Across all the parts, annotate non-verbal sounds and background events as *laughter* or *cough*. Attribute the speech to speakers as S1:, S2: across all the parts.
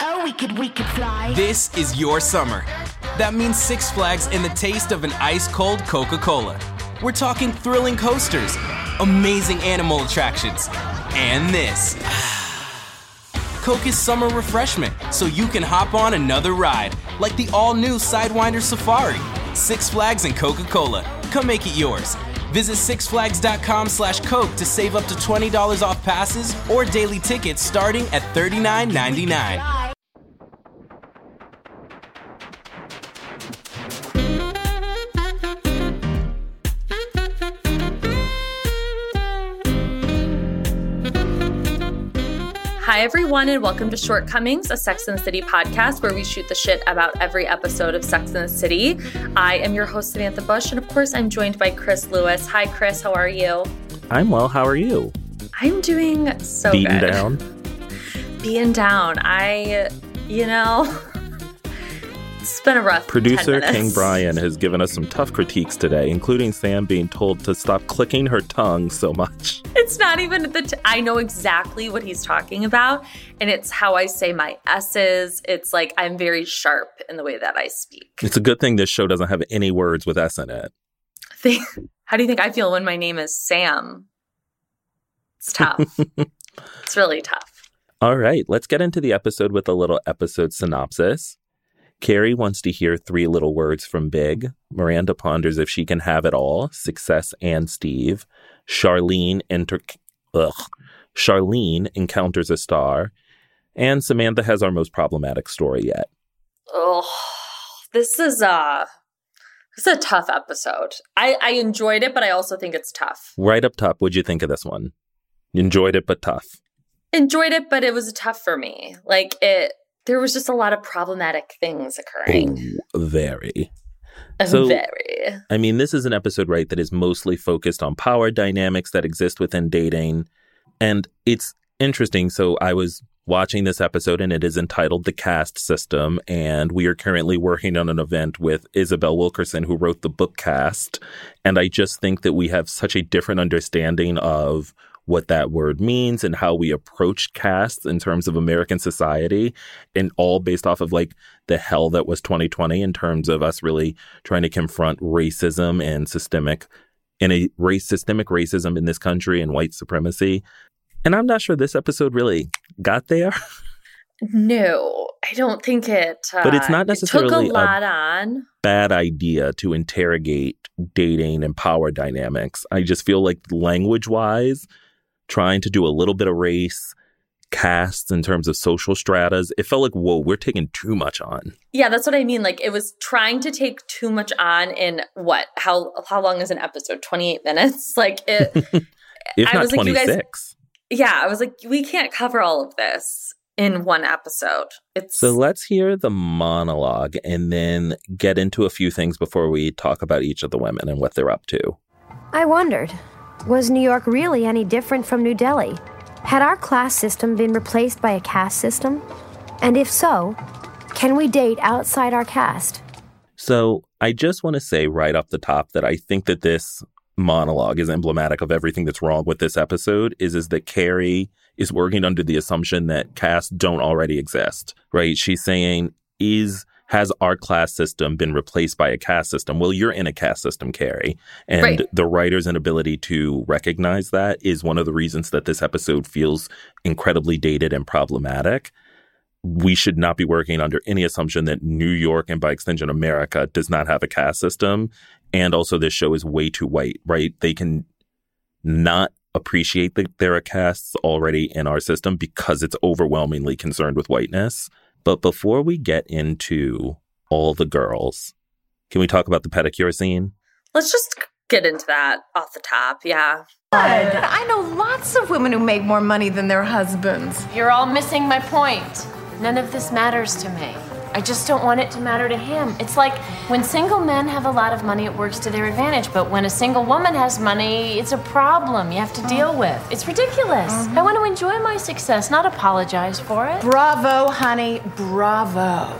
S1: Oh, we could, we could fly.
S2: This is your summer. That means Six Flags and the taste of an ice cold Coca Cola. We're talking thrilling coasters, amazing animal attractions, and this. *sighs* Coke is summer refreshment, so you can hop on another ride, like the all new Sidewinder Safari. Six Flags and Coca Cola. Come make it yours. Visit sixflags.com slash Coke to save up to $20 off passes or daily tickets starting at $39.99.
S1: Fly.
S3: Hi, everyone, and welcome to Shortcomings, a Sex and the City podcast where we shoot the shit about every episode of Sex and the City. I am your host, Samantha Bush, and of course, I'm joined by Chris Lewis. Hi, Chris, how are you?
S4: I'm well. How are you?
S3: I'm doing so
S4: Beaten
S3: good. *laughs*
S4: down.
S3: Beaten down. I, you know, it's been a rough 10
S4: Producer King
S3: minutes.
S4: Brian has given us some tough critiques today, including Sam being told to stop clicking her tongue so much.
S3: *laughs* It's not even at the. T- I know exactly what he's talking about, and it's how I say my s's. It's like I'm very sharp in the way that I speak.
S4: It's a good thing this show doesn't have any words with S in it.
S3: think *laughs* how do you think I feel when my name is Sam? It's
S4: *laughs*
S3: tough. it's really tough.
S4: All right, let's get into the episode with a little episode synopsis. Carrie wants to hear three little words from Big. Miranda ponders if she can have it all success and Steve. Charlene, enter- ugh. Charlene encounters a star. And Samantha has our most problematic story yet.
S3: Oh, this is a this is a tough episode. I I enjoyed it, but I also think it's tough.
S4: Right up top, what'd you think of this one? Enjoyed it, but tough.
S3: Enjoyed it, but it was tough for me. Like it, there was just a lot of problematic things occurring.
S4: Oh, Very. so-
S3: Very.
S4: I mean, this is an episode, right, that is mostly focused on power dynamics that exist within dating. And it's interesting. So I was watching this episode and it is entitled The Caste System. And we are currently working on an event with Isabel Wilkerson, who wrote the book Caste. And I just think that we have such a different understanding of what that word means and how we approach castes in terms of American society and all based off of like the hell that was 2020 in terms of us really trying to confront racism and systemic and a race systemic racism in this country and white supremacy. And I'm not sure this episode really got there, *laughs*
S3: No, I don't think it. Uh,
S4: But it's not
S3: It
S4: necessarily a-
S3: took a lot on.
S4: bad idea to interrogate dating and power dynamics. I just feel like language wise, trying to do a little bit of race, casts in terms of social stratas, it felt like, whoa, we're taking too much on.
S3: Yeah, that's what I mean. Like it was trying to take too much on in what? How how long is an episode? 28 minutes? *laughs* Like
S4: *laughs*
S3: it
S4: If
S3: I
S4: not
S3: was like, you guys-
S4: 26.
S3: yeah, I was like we can't cover all of this in one episode. It's
S4: So let's hear the monologue and then get into a few things before we talk about each of the women and what they're up to.
S5: I wondered was New York really any different from New Delhi? Had our class system been replaced by a caste system? And if so, can we date outside our caste?
S4: So I just want to say right off the top that I think that this monologue is emblematic of everything that's wrong with this episode is is that Carrie is working under the assumption that casts don't already exist, right? She's saying is has our class system been replaced by a caste system? Well, you're in a caste system, Carrie. And
S3: Right.
S4: the writer's inability to recognize that is one of the reasons that this episode feels incredibly dated and problematic we should not be working under any assumption that New York and by extension America does not have a caste system. And also, this show is way too white, right? They can not appreciate that there are castes already in our system because it's overwhelmingly concerned with whiteness. But before we get into all the girls, can we talk about the pedicure scene?
S3: let's just get into that off the top. Yeah.
S6: I know lots of women who make more money than their husbands.
S7: You're all missing my point. None of this matters to me. I just don't want it to matter to him. It's like when single men have a lot of money, it works to their advantage. But when a single woman has money, it's a problem you have to deal with. It's ridiculous. I want to enjoy my success, not apologize for it.
S6: Bravo, honey, bravo.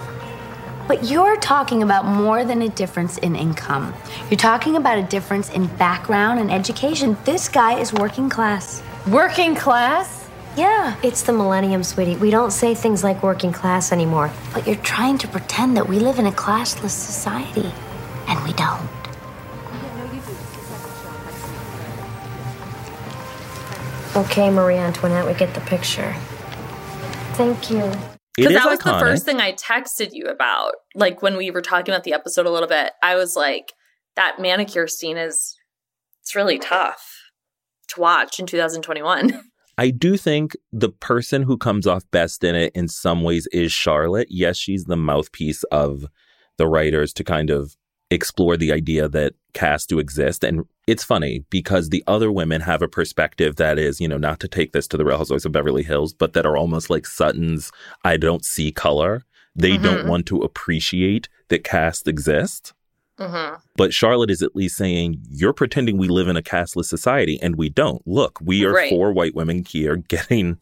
S8: But you're talking about more than a difference in income. You're talking about a difference in background and education. This guy is working class.
S7: Working class?
S8: Yeah.
S5: It's the millennium, sweetie. We don't say things like working class anymore.
S8: But you're trying to pretend that we live in a classless society, and we don't.
S5: Okay, Marie Antoinette, we get the picture. Thank you.
S4: It
S3: Because
S4: is
S3: that was the
S4: iconic.
S3: first thing I texted you about. Like when we were talking about the episode a little bit, I was like, that manicure scene is it's really tough to watch in *laughs* 2021.
S4: I do think the person who comes off best in it in some ways is Charlotte. Yes, she's the mouthpiece of the writers to kind of explore the idea that casts do exist. And it's funny because the other women have a perspective that is, you know, not to take this to the Real Housewives of Beverly Hills, but that are almost like Sutton's I don't see color. They don't want to appreciate that casts exist.
S3: hmm
S4: But Charlotte is at least saying, You're pretending we live in a castless society, and we don't. Look, we are
S3: Right.
S4: four white women here getting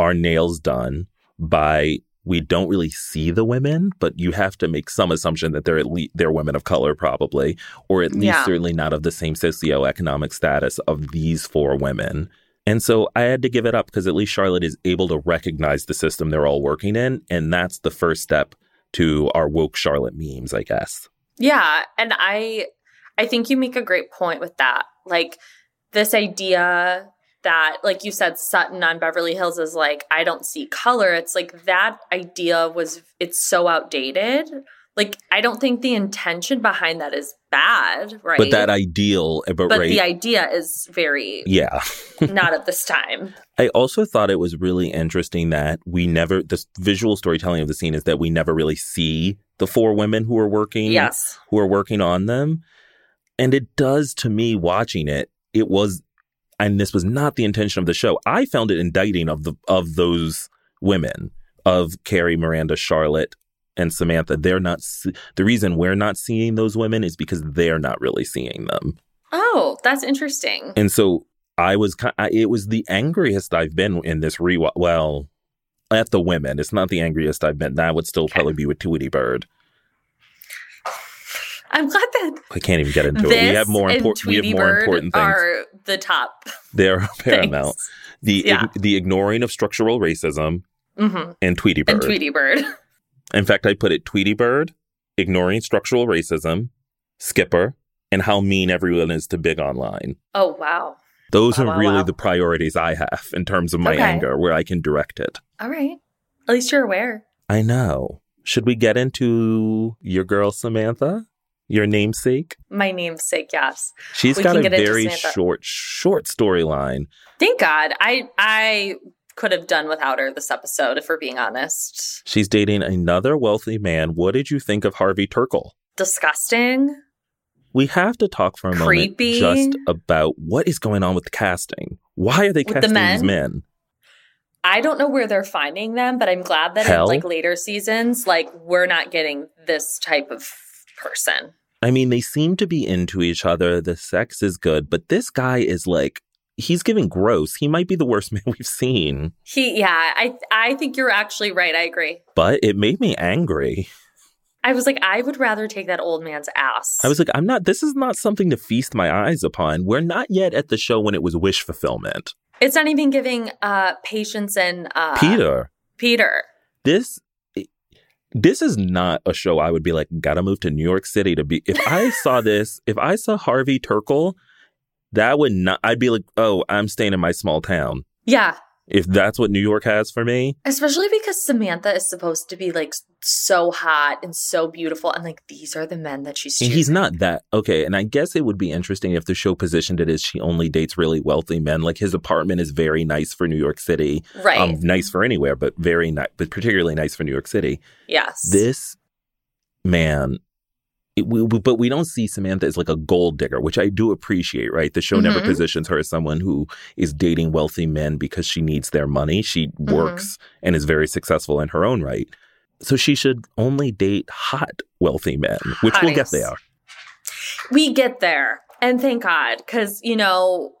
S4: our nails done by we don't really see the women, but you have to make some assumption that they're at least they're women of color, probably, or at least
S3: Yeah.
S4: certainly not of the same socioeconomic status of these four women. And so I had to give it up because at least Charlotte is able to recognize the system they're all working in. And that's the first step to our woke Charlotte memes, I guess.
S3: Yeah, and I I think you make a great point with that. Like this idea that like you said Sutton on Beverly Hills is like I don't see color. It's like that idea was it's so outdated. Like I don't think the intention behind that is bad, right?
S4: But that ideal, eh, but,
S3: but
S4: right.
S3: the idea is very
S4: *laughs* yeah.
S3: not at this time.
S4: I also thought it was really interesting that we never, the visual storytelling of the scene is that we never really see the four women who are working,
S3: Yes.
S4: who are working on them. And it does to me watching it, it was, and this was not the intention of the show. I found it indicting of the, of those women, of Carrie, Miranda, Charlotte, and Samantha. They're not, se- the reason we're not seeing those women is because they're not really seeing them.
S3: Oh, that's interesting.
S4: And so I was, ki- I, it was the angriest I've been in this rewatch. Well, at the women, it's not the angriest I've been. That would still probably be with Tweety Bird.
S3: I'm glad that
S4: I can't even get into
S3: this
S4: it. We have more
S3: and
S4: important. We have
S3: Tweety
S4: more
S3: Bird
S4: important things.
S3: are the top
S4: They're *laughs* paramount. The
S3: Yeah.
S4: ig- the ignoring of structural racism
S3: hmm
S4: and Tweety Bird.
S3: And Tweety Bird. *laughs*
S4: In fact, I put it Tweety Bird, ignoring structural racism, Skipper, and how mean everyone is to Big Online.
S3: Oh wow.
S4: Those
S3: Wow,
S4: are
S3: wow,
S4: really
S3: wow.
S4: the priorities I have in terms of my
S3: Okay.
S4: anger, where I can direct it.
S3: All right. At least you're aware.
S4: I know. Should we get into your girl Samantha? Your namesake?
S3: My namesake, yes.
S4: She's
S3: We
S4: got
S3: can
S4: a
S3: get into
S4: very
S3: Samantha.
S4: short, short storyline.
S3: Thank God. I I could have done without her this episode, if we're being honest.
S4: She's dating another wealthy man. What did you think of Harvey Turkle?
S3: Disgusting.
S4: We have to talk for a
S3: Creepy.
S4: moment just about what is going on with the casting. Why are they
S3: With the
S4: casting these
S3: men?
S4: men?
S3: I don't know where they're finding them, but I'm glad that
S4: Hell.
S3: in like later seasons, like we're not getting this type of person.
S4: I mean, they seem to be into each other. The sex is good, but this guy is like, he's giving gross. He might be the worst *laughs* man we've seen,
S3: He yeah, I I think you're actually right. I agree.
S4: but it made me angry.
S3: I was like, I would rather take that old man's ass.
S4: I was like, I'm not, this is not something to feast my eyes upon. We're not yet at the show when it was wish fulfillment.
S3: it's not even giving uh patience and uh
S4: Peter,
S3: Peter.
S4: this. This is not a show I would be like, gotta move to New York City to be. If I saw this, if I saw Harvey Turkle, that would not, I'd be like, oh, I'm staying in my small town.
S3: Yeah.
S4: If that's what New York has for me,
S3: Especially because Samantha is supposed to be like so hot and so beautiful, and like these are the men that she's
S4: And
S3: choosing.
S4: he's not that okay. And I guess it would be interesting if the show positioned it as she only dates really wealthy men. Like his apartment is very nice for New York City,
S3: right.
S4: um, nice for anywhere, but very nice, but particularly nice for New York City.
S3: yes.
S4: This man, it, we, we- but we don't see Samantha as like a gold digger, which I do appreciate. Right, the show never
S3: Mhm.
S4: positions her as someone who is dating wealthy men because she needs their money. She
S3: Mm-hmm.
S4: works and is very successful in her own right. So she should only date hot wealthy men, which we'll get
S3: Hotties.
S4: there.
S3: we get there, and thank God, because you know,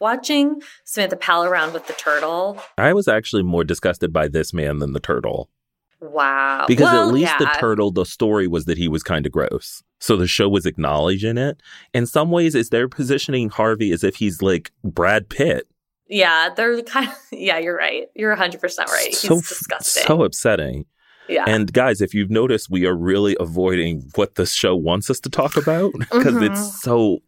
S3: watching Samantha pal around with the turtle.
S4: I was actually more disgusted by this man than the turtle
S3: Wow.
S4: because
S3: Uh, Well,
S4: at least the
S3: yeah.
S4: turtle, the story was that he was kind of gross. So the show was acknowledging it. In some ways, is they're positioning Harvey as if he's like Brad Pitt.
S3: Yeah, they're kind of, *laughs* yeah, you're right. You're 100% right. He's
S4: so f-
S3: disgusting.
S4: so upsetting.
S3: yeah.
S4: And guys, if you've noticed, we are really avoiding what the show wants us to talk about *laughs* because
S3: Mm-hmm. *laughs*
S4: it's so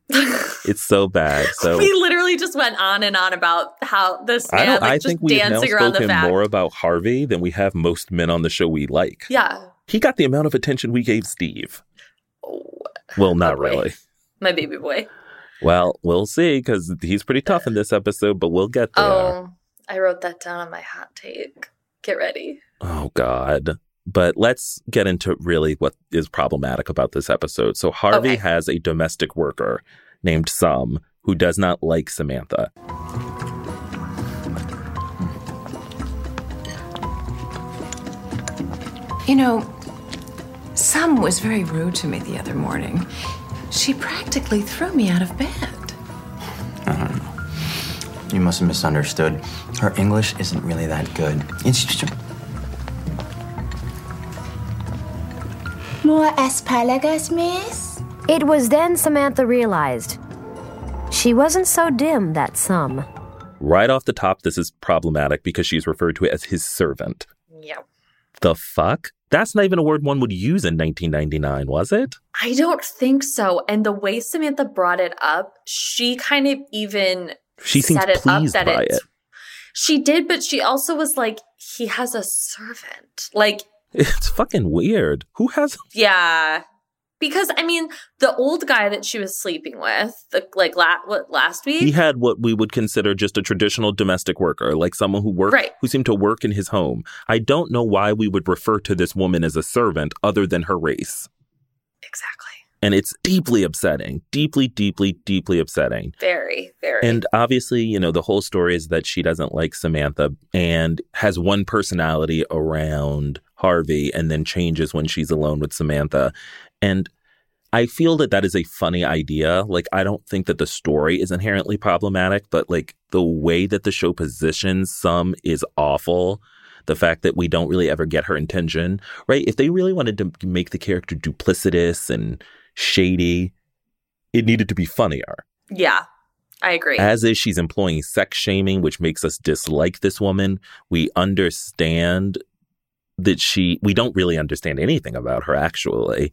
S4: it's so bad.
S3: *laughs*
S4: So
S3: we literally just went on and on about how this
S4: I
S3: man
S4: don't.
S3: like,
S4: I
S3: just
S4: think we've now
S3: dancing around the
S4: spoken
S3: fact.
S4: more about Harvey than we have most men on the show we like.
S3: yeah,
S4: He got the amount of attention we gave Steve.
S3: Oh.
S4: Well, not
S3: boy.
S4: really.
S3: my baby boy.
S4: Well, we'll see because he's pretty tough in this episode, but we'll get there.
S3: Oh, I wrote that down on my hot take. Get ready.
S4: Oh God. But let's get into really what is problematic about this episode. So Harvey
S3: Okay.
S4: has a domestic worker named Sum who does not like Samantha.
S6: You know, Sam was very rude to me the other morning. She practically threw me out of bed.
S1: You must have misunderstood. Her English isn't really that good. It's just
S9: More asparagus, miss?
S5: It was then Samantha realized she wasn't so dim, that sum.
S4: Right off the top, this is problematic because she's referred to as his servant.
S3: Yeah.
S4: The fuck? That's not even a word one would use in 1999, was it?
S3: I don't think so. And the way Samantha brought it up, she kind of even
S4: She seems
S3: set it
S4: pleased
S3: up that
S4: by
S3: it,
S4: it.
S3: She did, but she also was like, he has a servant. Like,
S4: It's fucking weird. Who has
S3: yeah. Because I mean, the old guy that she was sleeping with, the, like la- what, last week,
S4: he had what we would consider just a traditional domestic worker, like someone who worked,
S3: Right.
S4: who seemed to work in his home. I don't know why we would refer to this woman as a servant other than her race.
S3: exactly.
S4: And it's deeply upsetting, deeply, deeply, deeply upsetting.
S3: Very, very.
S4: And obviously, you know, the whole story is that she doesn't like Samantha and has one personality around Harvey and then changes when she's alone with Samantha. And I feel that that is a funny idea. Like, I don't think that the story is inherently problematic, but like the way that the show positions some is awful. The fact that we don't really ever get her intention, right? If they really wanted to make the character duplicitous and shady, it needed to be funnier.
S3: yeah, I agree.
S4: As is, she's employing sex shaming, which makes us dislike this woman. We understand that she, we don't really understand anything about her actually.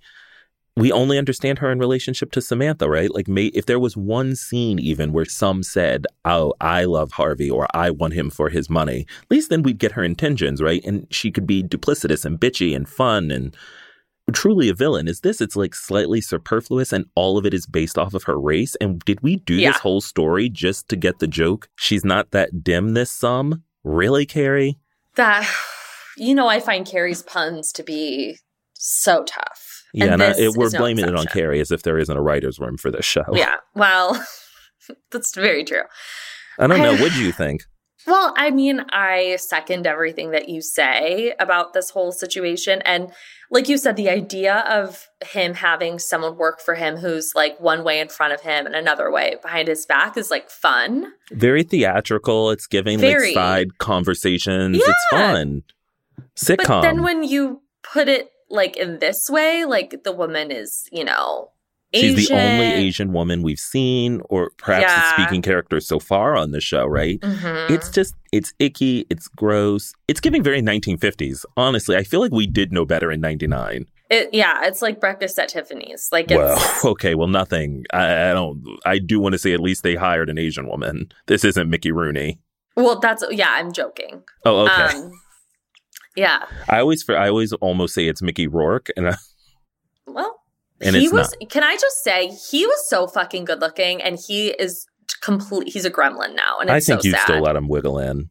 S4: We only understand her in relationship to Samantha, right? Like, may, if there was one scene even where some said, Oh, I love Harvey or I want him for his money, at least then we'd get her intentions, right? And she could be duplicitous and bitchy and fun and truly a villain. Is this? It's like slightly superfluous and all of it is based off of her race. And did we do
S3: Yeah.
S4: this whole story just to get the joke? She's not that dim this sum. Really, Carrie?
S3: that you know i find carrie's puns to be so tough
S4: Yeah, and, I-
S3: this
S4: it- we're
S3: is no
S4: blaming it on
S3: exception.
S4: Carrie as if there isn't a writer's room for this show.
S3: yeah well *laughs* that's very true
S4: I don't know.
S3: *laughs* I-
S4: What do you think?
S3: well i mean i second everything that you say about this whole situation and like you said the idea of him having someone work for him who's like one way in front of him and another way behind his back is like fun
S4: Very theatrical. It's giving
S3: Very.
S4: like side conversations. It's
S3: Yeah.
S4: fun. Sitcom.
S3: but then when you put it like in this way like the woman is you know
S4: She's
S3: Asian.
S4: the only Asian woman we've seen, or perhaps
S3: Yeah.
S4: the speaking character so far on the show, right?
S3: Mhm.
S4: It's just, it's icky, it's gross. It's giving very 1950s. Honestly, I feel like we did know better in 99.
S3: It, yeah, it's like breakfast at Tiffany's. Like it's
S4: Well, *laughs* okay, well, nothing. I, I don't, I do want to say at least they hired an Asian woman. This isn't Mickey Rooney.
S3: *laughs* well, that's yeah, I'm joking.
S4: Oh, okay.
S3: Um Yeah.
S4: I always, for I always almost say it's Mickey Rourke, and I,
S3: Well,
S4: And
S3: he
S4: it's
S3: was can I just say he was so fucking good looking and he is complete he's a gremlin now and
S4: I
S3: it's
S4: think
S3: so
S4: you'd
S3: sad.
S4: still let him wiggle in.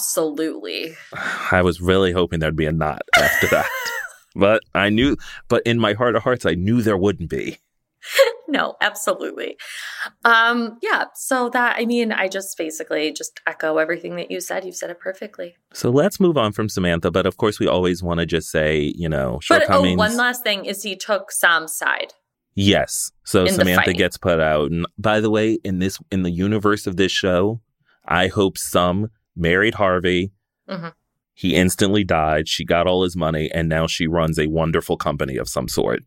S3: Absolutely.
S4: I was really hoping there'd be a knot
S3: *laughs*
S4: after that, but I knew, but in my heart of hearts, I knew there wouldn't be.
S3: No, absolutely. Um yeah, so that I mean, I just basically just echo everything that you said. You said it perfectly.
S4: So let's move on from Samantha, but of course we always want to just say, you know,
S3: But oh,
S4: shortcomings.
S3: one last thing is he took Sam's side.
S4: yes. So
S3: in the
S4: Samantha
S3: fight.
S4: gets put out. And by the way, in this in the universe of this show, I hope some married Harvey.
S3: Mhm.
S4: He instantly died. She got all his money, and now she runs a wonderful company of some sort.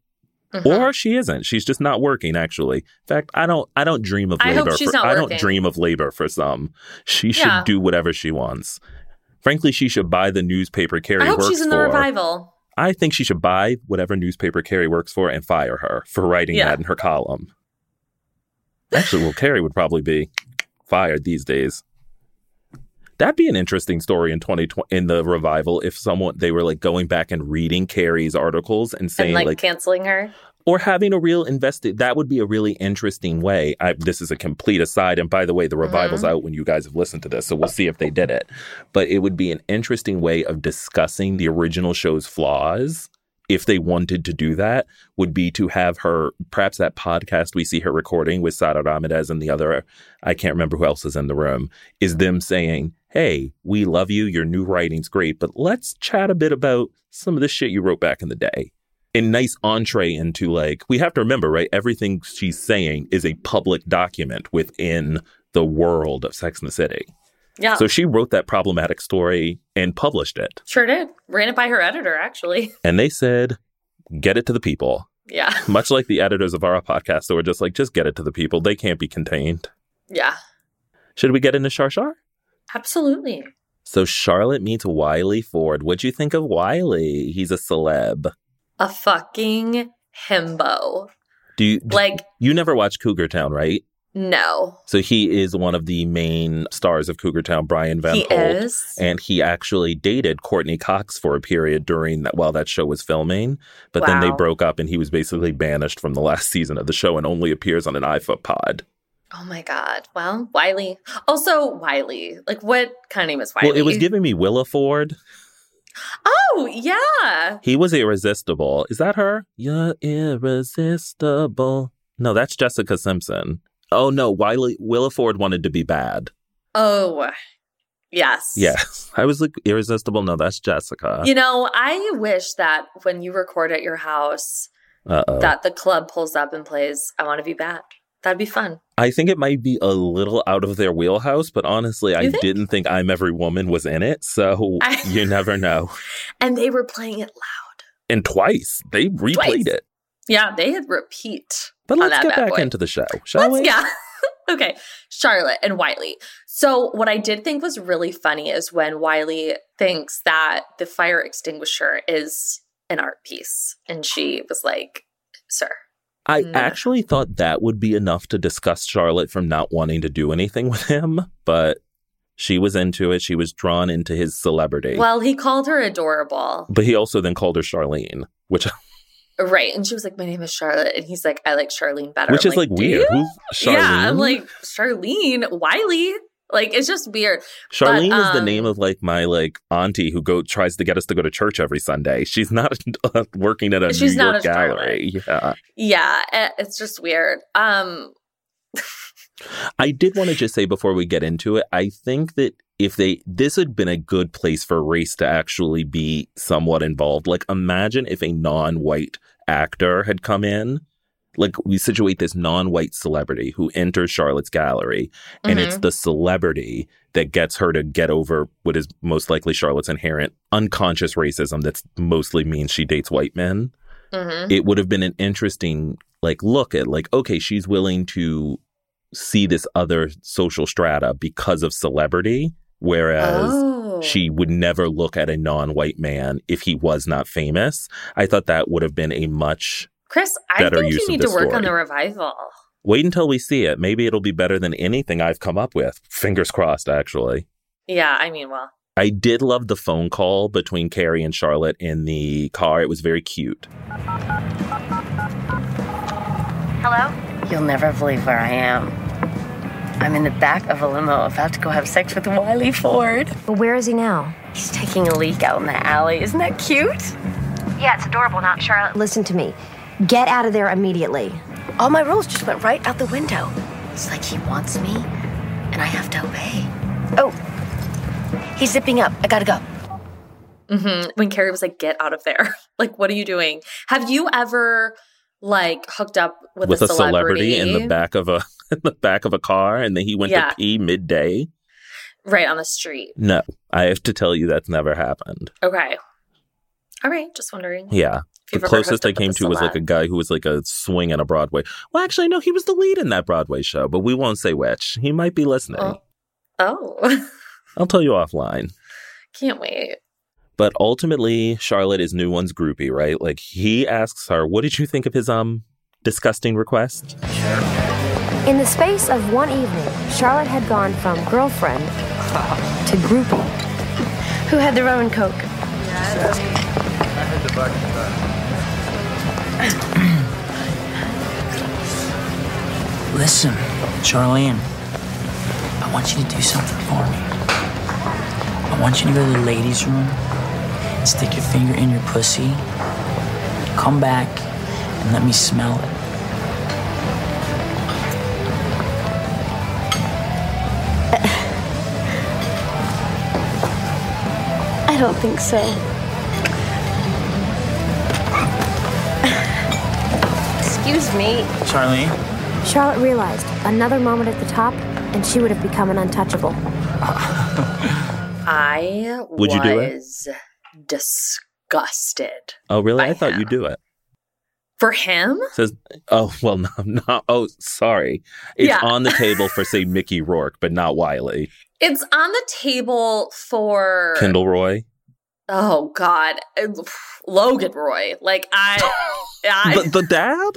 S3: Mm-hmm.
S4: Or she isn't. She's just not working actually. In fact, I don't I don't dream of
S3: I
S4: labor
S3: hope she's
S4: for
S3: not
S4: I don't
S3: working.
S4: dream of labor for some. She
S3: Yeah.
S4: should do whatever she wants. Frankly, she should buy the newspaper Carrie
S3: I hope
S4: works
S3: she's in the
S4: for.
S3: revival.
S4: I think she should buy whatever newspaper Carrie works for and fire her for writing
S3: Yeah.
S4: that in her column. Actually, well, Carrie would probably be fired these days. That'd be an interesting story in 2020 in the revival if someone they were like going back and reading Carrie's articles and saying
S3: and like,
S4: like
S3: canceling her.
S4: or having a real investi That would be a really interesting way. I, this is a complete aside. And by the way, the revival's out when you guys have listened to this, so we'll see if they did it. But it would be an interesting way of discussing the original show's flaws. If they wanted to do that, would be to have her perhaps that podcast we see her recording with Sada Ramirez and the other I can't remember who else is in the room is them saying, "Hey, we love you. Your new writing's great, but let's chat a bit about some of the shit you wrote back in the day." a nice entree into like we have to remember right everything she's saying is a public document within the world of sex and the city
S3: Yeah,
S4: so she wrote that problematic story and published it
S3: sure did. Ran it by her editor, actually. *laughs*
S4: and they said get it to the people
S3: Yeah,
S4: much like the editors of our podcast that were just like just get it to the people they can't be contained
S3: yeah,
S4: should we get into sharshar
S3: absolutely.
S4: so charlotte meets wiley ford what'd you think of wiley he's a celeb
S3: A fucking himbo.
S4: do you
S3: Like,
S4: you never watched cougar town right
S3: no,
S4: so he is one of the main stars of cougar town brian van
S3: he
S4: holt
S3: is.
S4: and he actually dated Courtney Cox for a period during that while that show was filming. But then they
S3: Wow.
S4: broke up, and he was basically banished from the last *laughs* season of the show and only appears on an IFA pod.
S3: Oh my god. Well, Wiley. Also, Wiley. Like, what kind of name is Wiley?
S4: Well, it was giving me Willa Ford.
S3: Oh yeah.
S4: He was irresistible. Is that her? You're irresistible. No, that's Jessica Simpson. Oh no, Wiley Willa Ford wanted to be bad.
S3: Oh, yes.
S4: Yes, I was like irresistible. No, that's Jessica.
S3: You know, I wish that when you record at your house,
S4: Uh oh.
S3: that the club pulls up and plays "I Want to Be Bad." That'd be fun.
S4: I think it might be a little out of their wheelhouse, but honestly, I
S3: You think?
S4: didn't think I'm Every Woman was in it. So
S3: I-
S4: *laughs* you never know.
S3: And they were playing it loud.
S4: And twice they replayed
S3: Twice.
S4: it.
S3: Yeah, they had repeat.
S4: But
S3: on
S4: let's
S3: that
S4: get
S3: bad
S4: back
S3: boy.
S4: into the show, shall
S3: Let's-
S4: we?
S3: Yeah. *laughs* okay. Charlotte and Wiley. So, what I did think was really funny is when Wiley thinks that the fire extinguisher is an art piece. And she was like, Sir.
S4: I
S3: Mm.
S4: actually thought that would be enough to discuss Charlotte from not wanting to do anything with him, but she was into it. She was drawn into his celebrity.
S3: Well, he called her adorable.
S4: but he also then called her Charlene, which
S3: Right. And she was like, My name is Charlotte. And he's like, I like Charlene better.
S4: which
S3: I'm
S4: is like,
S3: "Do
S4: weird.
S3: you?"
S4: Who's Charlene?
S3: Yeah. I'm like, Charlene, Wiley. Like, it's just weird.
S4: Charlene
S3: But,
S4: is the
S3: um,
S4: name of like my like auntie who go tries to get us to go to church every Sunday. She's not *laughs* uh, working at a
S3: She's
S4: New
S3: not
S4: York
S3: a Charlotte.
S4: gallery. Yeah.
S3: Yeah. eh, It's just weird. Um,
S4: I did want to just say before we get into it, I think that if they this had been a good place for race to actually be somewhat involved. Like imagine if a non-white actor had come in. Like we situate this non-white celebrity who enters Charlotte's gallery and it's
S3: mhm.
S4: the celebrity that gets her to get over what is most likely Charlotte's inherent unconscious racism that's mostly means she dates white men.
S3: Mhm.
S4: It would have been an interesting like look at like okay, she's willing to see this other social strata because of celebrity whereas
S3: Oh.
S4: she would never look at a non-white man if he was not famous. I thought that would have been a much
S3: Chris, I
S4: better
S3: think
S4: use
S3: you
S4: of
S3: need to
S4: this
S3: work on
S4: story.
S3: the revival.
S4: Wait until we see it. Maybe it'll be better than anything I've come up with. Fingers crossed actually.
S3: Yeah, I mean, well,
S4: I did love the phone call between Carrie and Charlotte in the car. It was very cute.
S8: Hello?
S10: You'll never believe where I am. I'm in the back of a limo about to go have sex with Wiley Ford.
S5: But where is he now?
S10: He's taking a leak out in the alley. Isn't that cute?
S8: Yeah, it's adorable, not Charlotte.
S5: Listen to me. Get out of there immediately.
S10: All my rules just went right out the window. It's like he wants me, and I have to obey. Oh, he's zipping up. I gotta go.
S3: mhm. when Carrie was like, get out of there. *laughs* like, what are you doing? Have you ever like hooked up with,
S4: With
S3: a,
S4: a celebrity in the
S3: back?
S4: back of a *laughs* in the back of a car and then he went
S3: Yeah.
S4: to pee midday.
S3: Right on the street.
S4: No, I have to tell you that's never happened.
S3: Okay. All right, just wondering.
S4: Yeah.
S3: If you've
S4: The
S3: ever hooked
S4: closest
S3: up
S4: I
S3: with
S4: came
S3: this
S4: to was like a
S3: celeb.
S4: guy who was like a swing at a Broadway. Well, actually, no, he was the lead in that Broadway show, but we won't say which. He might be listening.
S3: Oh, *laughs*
S4: I'll tell you offline.
S3: can't wait.
S4: But ultimately, Charlotte is New One's groupie, right? Like he asks her, "What did you think of his um disgusting request?"
S5: In the space of one evening, Charlotte had gone from girlfriend to groupie.
S10: Who had the rum and coke?
S11: Listen, Charlene, I want you to do something for me. I want you to go to the ladies' room, stick your finger in your pussy, come back, and let me smell it.
S9: I don't think so.
S5: Excuse me.
S11: Charlene,
S5: Charlotte realized another moment at the top, and she would have become an untouchable.
S3: I
S4: Would you do it?
S3: was disgusted
S4: Oh, really? I, thought you'd do it.
S3: for him.
S4: Says, "Oh, *laughs* well, no, no. Oh, sorry. It's
S3: Yeah.
S4: on the table for say Mickey Rourke, but not Wiley.
S3: It's on the table for
S4: Kendall Roy."
S3: Oh God, Uh, Logan Roy. Like
S4: *laughs*
S3: I, I
S4: The, the dad?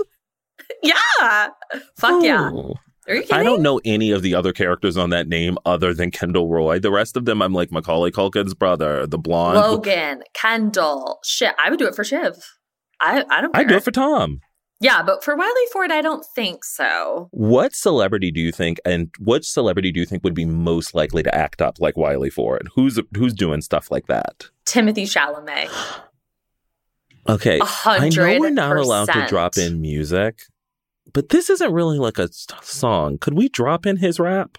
S3: yeah, fuck yeah.
S4: Ooh.
S3: Are you kidding?
S4: Oh, I don't know any of the other characters on that name other than Kendall Roy. The rest of them, I'm like Macaulay Culkin's brother, the blonde.
S3: Logan, Kendall, shit. I would do it for Shiv. I I don't. Care.
S4: I'd do it for Tom.
S3: Yeah, but for Wiley Ford, I don't think so.
S4: What celebrity do you think, and what celebrity do you think would be most likely to act up like Wiley Ford? Who's who's doing stuff like that?
S3: Timothy Chalamet.
S4: Okay,
S3: A
S4: I know we're not
S3: hundred
S4: allowed to
S3: percent.
S4: drop in music, but this isn't really like a s- song. Could we drop in his rap?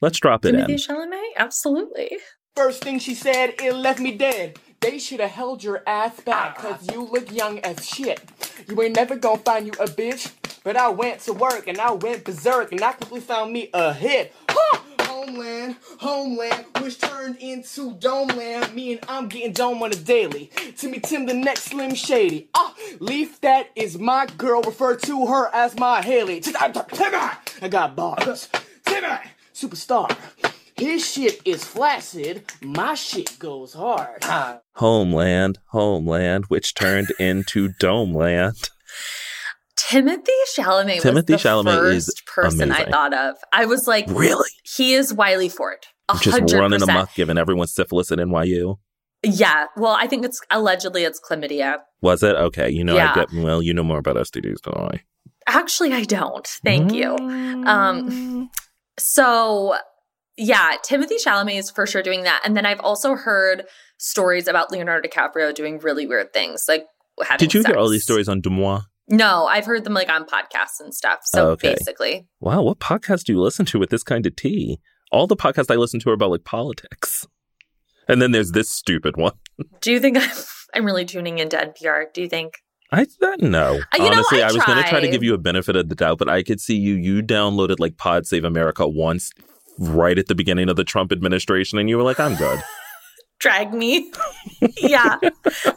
S4: Let's drop it
S3: Timothy
S4: in.
S3: Chalamet, absolutely.
S12: First thing she said, it left me dead. They should have held your ass back, cause you look young as shit. You ain't never gonna find you a bitch. But I went to work and I went berserk and I quickly found me a hit. Ha! Homeland, homeland, which turned into Domeland. Me and I'm getting dome on a daily. Timmy Tim, the next Slim Shady. Ah, Leaf, that is my girl. Refer to her as my Haley. Timmy, I got bars. Timmy, superstar. His shit is flaccid. My shit goes hard.
S4: Homeland, Homeland, which turned
S3: *laughs*
S4: into Domeland.
S3: Timothy Chalamet
S4: Timothy
S3: was the
S4: Chalamet is
S3: first person I
S4: amazing.
S3: thought of. I was like,
S4: Really?
S3: He is Wiley Ford. A
S4: Just
S3: hundred
S4: running
S3: percent.
S4: amok, giving everyone syphilis at NYU.
S3: Yeah. Well, I think it's allegedly it's chlamydia.
S4: Was it? Okay. You know,
S3: Yeah.
S4: I get, well, you know more about STDs than I.
S3: Actually, I don't. Thank you. Um, so yeah, Timothy Chalamet is for sure doing that. And then I've also heard stories about Leonardo DiCaprio doing really weird things, like having.
S4: Did you
S3: sex.
S4: hear all these stories on Dumois?
S3: No, I've heard them like on podcasts and stuff. So
S4: Oh, Okay.
S3: basically,
S4: Wow, what podcast do you listen to with this kind of tea? All the podcasts I listen to are about like politics. And then there's this stupid one.
S3: do you think *laughs* I'm, I'm really tuning into NPR? Do you think?
S4: I that no.
S3: Uh, you know,
S4: Honestly,
S3: I
S4: I, was gonna try to
S3: tried.
S4: give you a benefit of the doubt, but I could see you you downloaded like Pod Save America once right at the beginning of the Trump administration and you were like, I'm good.
S3: drag me. *laughs* yeah.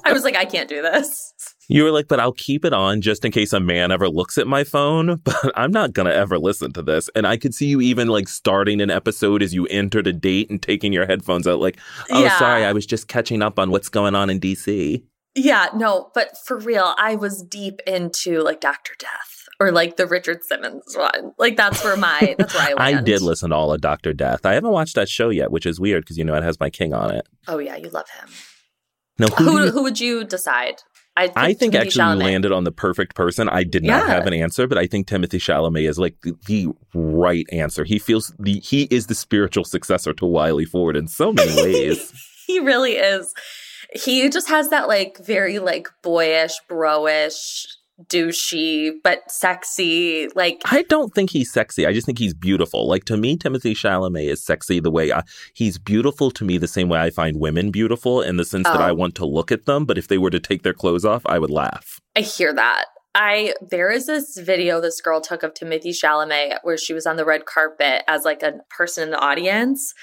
S3: I was like, I can't do this.
S4: you were like, but I'll keep it on just in case a man ever looks at my phone, *laughs* but I'm not going to ever listen to this. And I could see you even like starting an episode as you entered a date and taking your headphones out, like, oh,
S3: Yeah.
S4: sorry, I was just catching up on what's going on in DC.
S3: Yeah, no, but for real, I was deep into like Dr. Death or like the Richard Simmons one. Like that's where
S4: *laughs*
S3: my that's where I
S4: I
S3: went.
S4: did listen to all of Dr. Death. I haven't watched that show yet, which is weird because, you know, it has my king on it.
S3: Oh yeah, you love him.
S4: No, who, do
S3: Who
S4: you-
S3: who would you decide?
S4: I think
S3: Timothée
S4: actually you
S3: Chalamet.
S4: landed on the perfect person. I did not
S3: Yeah.
S4: have an answer, but I think Timothy Chalamet is like the, the right answer. He feels the he is the spiritual successor to Wiley Ford in so many
S3: *laughs*
S4: ways.
S3: He really is. He just has that like very like boyish, broish, douchey, but sexy. Like
S4: I don't think he's sexy. I just think he's beautiful. Like to me, Timothy Chalamet is sexy the way I, he's beautiful to me, the same way I find women beautiful in the sense that
S3: Oh.
S4: I want to look at them. But if they were to take their clothes off, I would laugh.
S3: I hear that. I there is this video this girl took of Timothy Chalamet where she was on the red carpet as like a person in the audience,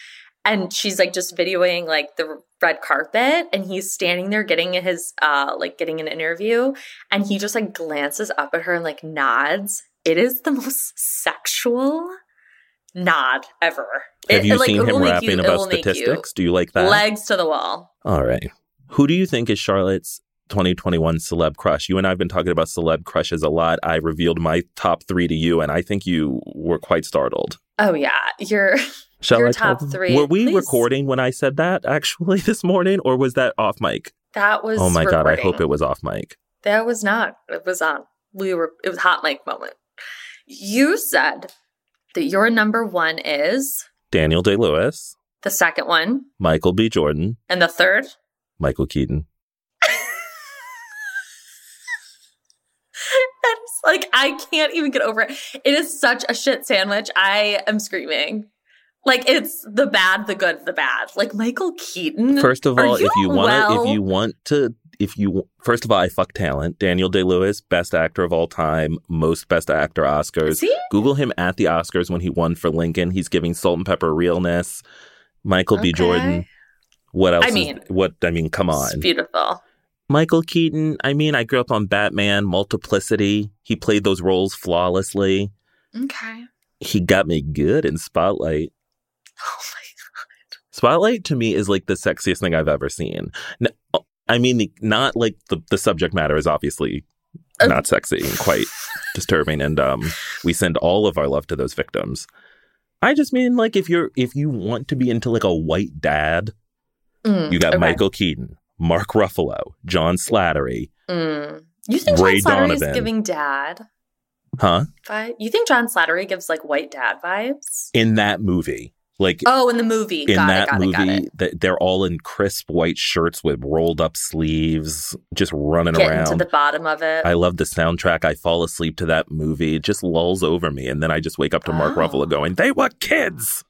S3: and she's like just videoing like the red carpet and he's standing there getting his uh like getting an interview and he just like glances up at her and like nods it is the most sexual nod ever It-
S4: Have you
S3: like,
S4: seen
S3: it will
S4: him
S3: make you-
S4: rapping
S3: it
S4: about
S3: will make you
S4: statistics? Do you like that?
S3: legs to the wall
S4: All right. Who do you think is Charlotte's 2021 celeb crush? You and I have been talking about celeb crushes a lot. I revealed my top three to you, and I think you were quite startled.
S3: oh yeah you're
S4: Shall
S3: your
S4: I tell
S3: top
S4: them?
S3: three
S4: Were we recording when I said that actually *laughs* this morning, or was that off mic?
S3: that was
S4: Oh my god! I hope
S3: rewarding.
S4: it was off mic.
S3: That was not. It was on. We were. It was hot mic moment. You said that your number one is
S4: Daniel Day Lewis,
S3: the second one,
S4: Michael B. Jordan,
S3: and the third. *laughs*
S4: Michael Keaton.
S3: That is like I can't even get over it. It is such a shit sandwich. I am screaming. Like it's the bad, the good, the bad. Like Michael Keaton.
S4: First of
S3: are
S4: all, if you want to,
S3: well?
S4: if you want to, if you first of all, I fuck talent. Daniel Day Lewis, best actor of all time, most best actor Oscars.
S3: he?
S4: Google him at the Oscars when he won for Lincoln. He's giving salt and pepper realness. Michael B.
S3: Okay.
S4: Jordan. What else?
S3: I
S4: is-
S3: mean,
S4: what I mean, come
S3: it's
S4: on.
S3: beautiful.
S4: Michael Keaton. I mean, I grew up on Batman, Multiplicity. He played those roles flawlessly.
S3: Okay.
S4: He got me good in Spotlight.
S3: Oh my
S4: Spotlight to me is like the sexiest thing I've ever seen. N- oh, I mean, the- not like the, the subject matter is obviously
S3: Oh.
S4: not sexy
S3: *laughs*
S4: and quite disturbing. And um, we send all of our love to those victims. I just mean like if you're if you want to be into like a white dad,
S3: Mm,
S4: you got
S3: okay.
S4: Michael Keaton, Mark Ruffalo, John Slattery,
S3: Mm. You think
S4: Ray
S3: John Slattery is
S4: Donovan.
S3: giving dad
S4: huh?
S3: vibe? You think John Slattery gives like white dad vibes?
S4: In that movie, like
S3: Oh, in the movie.
S4: in
S3: got
S4: that
S3: it, got
S4: movie,
S3: it, got it.
S4: that they're all in crisp white shirts with rolled up sleeves, just running
S3: Getting
S4: around.
S3: to the bottom of it.
S4: I love the soundtrack. I fall asleep to that movie. It just lulls over me. And then I just wake up to Mark
S3: Oh.
S4: Ruffalo going, they were kids.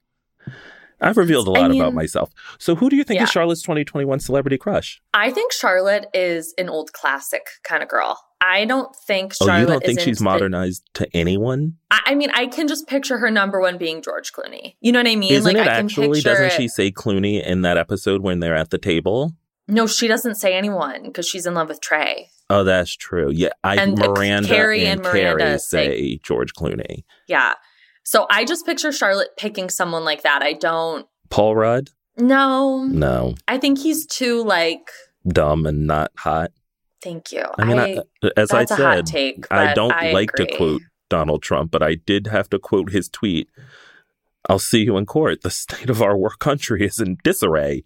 S4: I've revealed a lot about myself. So, who do you think is Charlotte's 2021 celebrity crush?
S3: I think Charlotte is an old classic kind of girl. I don't think Charlotte
S4: oh, you don't think
S3: is
S4: she's
S3: into the-
S4: modernized to anyone?
S3: I, I mean, I can just picture her number one being George Clooney. You know what I mean?
S4: Isn't
S3: like
S4: it
S3: I can
S4: actually?
S3: picture
S4: Doesn't
S3: it-
S4: she say Clooney in that episode when they're at the table?
S3: No, she doesn't say anyone because she's in love with Trey.
S4: Oh, that's true. Yeah, I
S3: And, uh,
S4: Miranda
S3: Carrie
S4: and,
S3: and Miranda
S4: Carrie
S3: say-
S4: say George Clooney,
S3: Yeah. So I just picture Charlotte picking someone like that. I don't
S4: Paul Rudd.
S3: No.
S4: No,
S3: I think he's too like
S4: dumb and not hot.
S3: thank you.
S4: I mean, I, as I
S3: that's
S4: said,
S3: a hot take,
S4: I
S3: but
S4: don't
S3: I
S4: like to
S3: agree.
S4: quote Donald Trump, but I did have to quote his tweet. I'll see you in court. The *laughs* state of our war country is in disarray.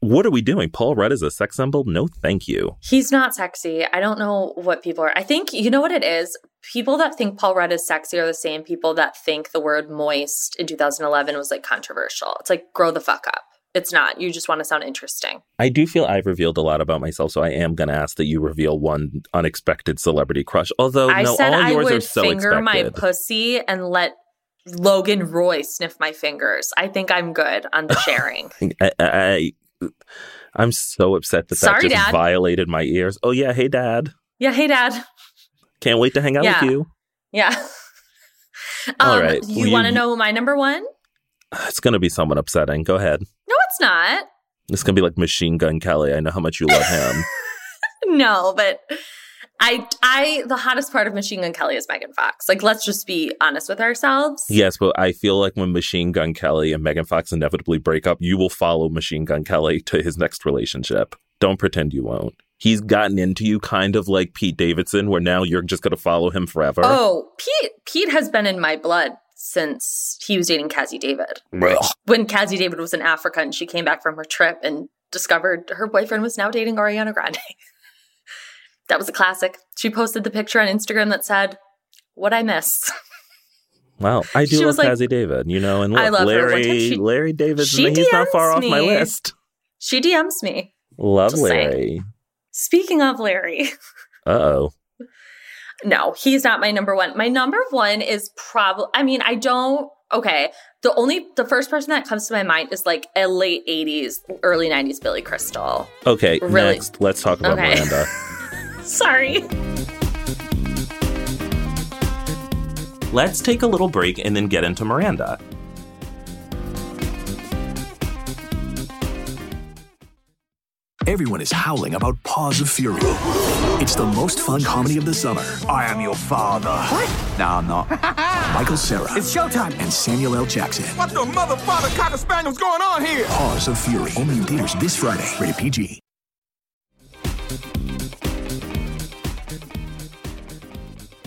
S4: What are we doing? Paul Rudd is a sex symbol? No, thank you.
S3: He's not sexy. I don't know what people are. I think you know what it is. People that think Paul Rudd is sexy are the same people that think the word moist in 2011 was like controversial. It's like grow the fuck up. It's not. You just want to sound interesting.
S4: I do feel I've revealed a lot about myself, so I am going to ask that you reveal one unexpected celebrity crush. Although,
S3: I
S4: Oh, no,
S3: said
S4: all
S3: I
S4: yours
S3: would
S4: are so
S3: finger
S4: expected.
S3: my pussy and let Logan Roy sniff my fingers. I think I'm good on
S4: *laughs*
S3: the sharing.
S4: I, I, I, am so upset that
S3: Sorry,
S4: that just
S3: Dad.
S4: violated my ears. Oh, yeah. Hey, Dad.
S3: yeah. Hey, Dad.
S4: Can't wait to hang out
S3: Yeah.
S4: with you. *sighs*
S3: Yeah. um,
S4: All right.
S3: You
S4: Well,
S3: want to
S4: you-
S3: know my number one?
S4: It's going to be someone upsetting. Go ahead.
S3: No, it's not.
S4: It's gonna be like Machine Gun Kelly. I know how much you
S3: *laughs*
S4: love him.
S3: no, but I I the hottest part of Machine Gun Kelly is Megan Fox. Like let's just be honest with ourselves.
S4: yes, but I feel like when Machine Gun Kelly and Megan Fox inevitably break up, you will follow Machine Gun Kelly to his next relationship. Don't pretend you won't. He's gotten into you kind of like Pete Davidson, where now you're just gonna follow him forever.
S3: Oh, Pete Pete has been in my blood since he was dating Cassie David.
S4: Ugh.
S3: When Cassie David was in Africa and she came back from her trip and discovered her boyfriend was now dating Ariana Grande. *laughs* that was a classic. She posted the picture on Instagram that said, "What I miss."
S4: Wow. I
S3: She
S4: do love
S3: was like-
S4: Cassie David, you know, and look,
S3: I love her. One time
S4: Larry
S3: she-
S4: Larry David's
S3: she
S4: he's not far
S3: DMs
S4: off my
S3: me.
S4: list.
S3: She DMs me.
S4: Love
S3: Just saying.
S4: Larry.
S3: Speaking of Larry,
S4: Uh oh.
S3: No, he's not my number one. My number one is probably, I mean, I don't, okay. The only, the first person that comes to my mind is like a late 80s, early 90s Billy Crystal.
S4: Okay,
S3: Really?
S4: next let's talk about
S3: Okay. *laughs*
S4: Miranda.
S3: Sorry.
S4: Let's take a little break and then get into Miranda.
S13: everyone is howling about Paws of Fury. It's the most fun comedy of the summer. I am your father. What? No, I'm
S14: *laughs*
S13: not. Michael Sarah. It's showtime. And Samuel L. Jackson.
S14: What the motherfucker cocker spaniel's going on here?
S13: Paws of Fury. Only in theaters this Friday. Rated PG.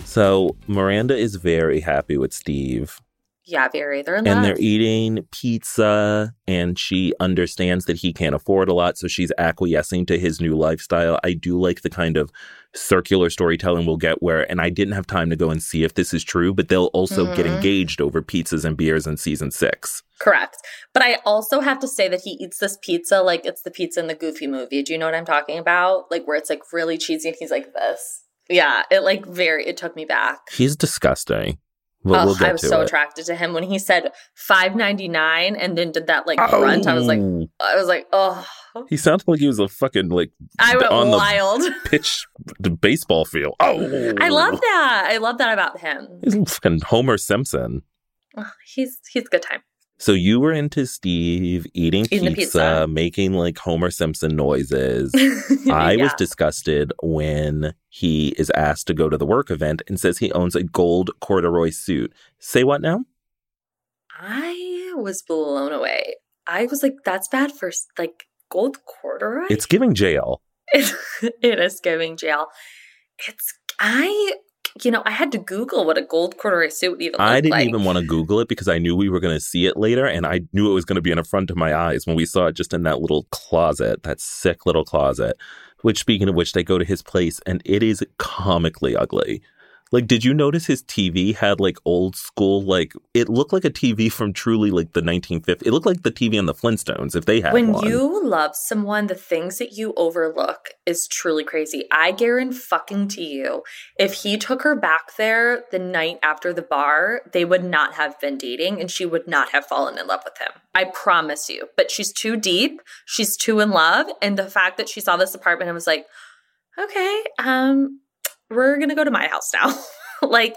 S4: So Miranda is very happy with Steve.
S3: Yeah, very. They're in
S4: and
S3: love.
S4: they're e- eating pizza and she understands that he can't afford a lot so she's acquiescing to his new lifestyle i do like the kind of circular storytelling we'll get where and i didn't have time to go and see if this is true but they'll also get
S3: Mhm.
S4: engaged over pizzas and beers in season six
S3: Correct. But I also have to say that he eats this pizza like it's the pizza in the Goofy movie. Do you know what I'm talking about? Like where it's like really cheesy and he's like this. Yeah, it like very it took me back.
S4: he's disgusting but we'll
S3: Ugh,
S4: get
S3: I was
S4: to
S3: so
S4: it.
S3: attracted to him when he said 5.99 and then did that like grunt. I was like
S4: Ow.
S3: I was like, "Oh,
S4: he sounded like he was a fucking like
S3: I went
S4: on
S3: wild."
S4: the pitch the baseball field oh
S3: I love that. I love that about him.
S4: he's fucking homer simpson
S3: Ugh, He's he's a good time. *laughs*
S4: So you were into Steve eating,
S3: Eating the
S4: pizza,
S3: pizza.
S4: making like Homer
S3: *laughs*
S4: Simpson noises. I was
S3: Yeah.
S4: disgusted when he is asked to go to the work event and says he owns a gold corduroy suit. Say what now?
S3: I was blown away. I was like, "That's bad for like gold corduroy."
S4: It's giving jail.
S3: *laughs* it, it is giving jail. It's I, you know, I had to Google what a gold corduroy suit would even. Look
S4: I didn't
S3: like.
S4: even want to Google it because I knew we were going to see it later and I knew it was going to be an affront to my eyes when we saw it just in that little closet, that sick little closet. Which, speaking of which, they go to his place and it is comically ugly. Like, did you notice his TV had like old school, like, it looked like a TV from truly like the 1950s. It looked like the TV on the Flintstones if they had
S3: When
S4: one.
S3: you love someone, the things that you overlook is truly crazy. I guarantee fucking to you, if he took her back there the night after the bar, they would not have been dating and she would not have fallen in love with him. I promise you. But she's too deep, she's too in love, and the fact that she saw this apartment and was like, "Okay, um we're going to go to my house now." *laughs* like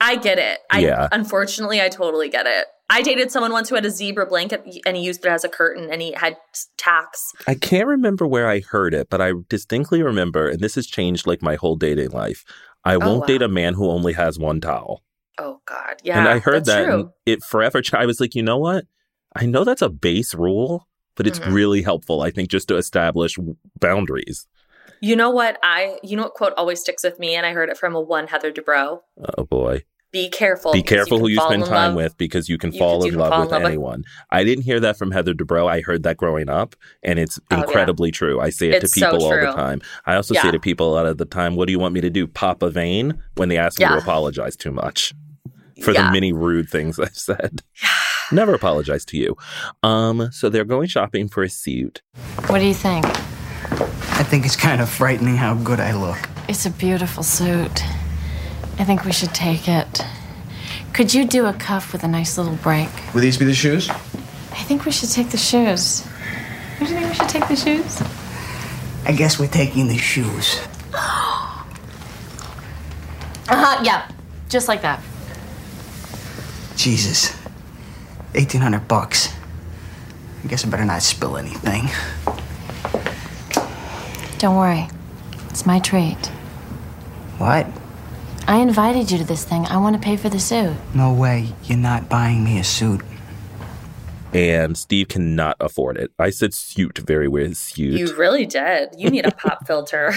S3: I get it. I
S15: Yeah.
S3: unfortunately I totally get it. I dated someone once who had a zebra blanket and he used it as a curtain and he had tacks.
S4: I can't remember where I heard it, but I distinctly remember, and this has changed like my whole dating life. I won't
S3: Oh, wow.
S4: date a man who only has one towel.
S3: Oh God, yeah.
S4: and I heard
S3: that's
S4: that
S3: true.
S4: and it forever. ch- I was like, you know what? I know that's a base rule, but it's
S3: Mhm.
S4: really helpful. I think just to establish w- boundaries.
S3: You know what I? You know what quote always sticks with me, and I heard it from a one Heather Dubrow.
S4: Oh boy,
S3: Be careful.
S4: be
S3: because you
S4: careful who
S3: can
S4: you
S3: fall
S4: spend
S3: in
S4: time
S3: love.
S4: with because you can
S3: you
S4: fall
S3: can- you
S4: in
S3: can
S4: love
S3: fall in
S4: with
S3: love with-
S4: anyone. I didn't hear that from Heather Dubrow. I heard that growing up, and it's
S3: Oh, yeah.
S4: incredibly true. I say it
S3: It's
S4: to
S3: so
S4: people all
S3: true.
S4: the time. I also say
S3: Yeah.
S4: to people a lot of the time, "What do you want me to do? Pop a vein?" When they ask me
S3: Yeah.
S4: to apologize too much for
S3: Yeah.
S4: the many rude things *laughs* I've
S3: *sighs*
S4: said. Never apologize to you. Um, so they're going shopping for a suit.
S7: What do you think?
S15: I think it's kind of frightening how good I look.
S7: It's a beautiful suit. I think we should take it. Could you do a cuff with a nice little break?
S16: Will these be the shoes?
S7: I think we should take the shoes. Don't you think we should take the shoes?
S15: I guess we're taking the shoes.
S7: Uh huh, yeah. Just like that.
S15: Jesus. 1800 bucks. I guess I better not spill anything.
S7: Don't worry. It's my treat.
S15: What?
S7: I invited you to this thing. I want to pay for the suit.
S15: No way. You're not buying me a suit.
S4: and Steve cannot afford it. I said suit very weird. Suit.
S3: You really did. You need a
S4: *laughs*
S3: pop filter.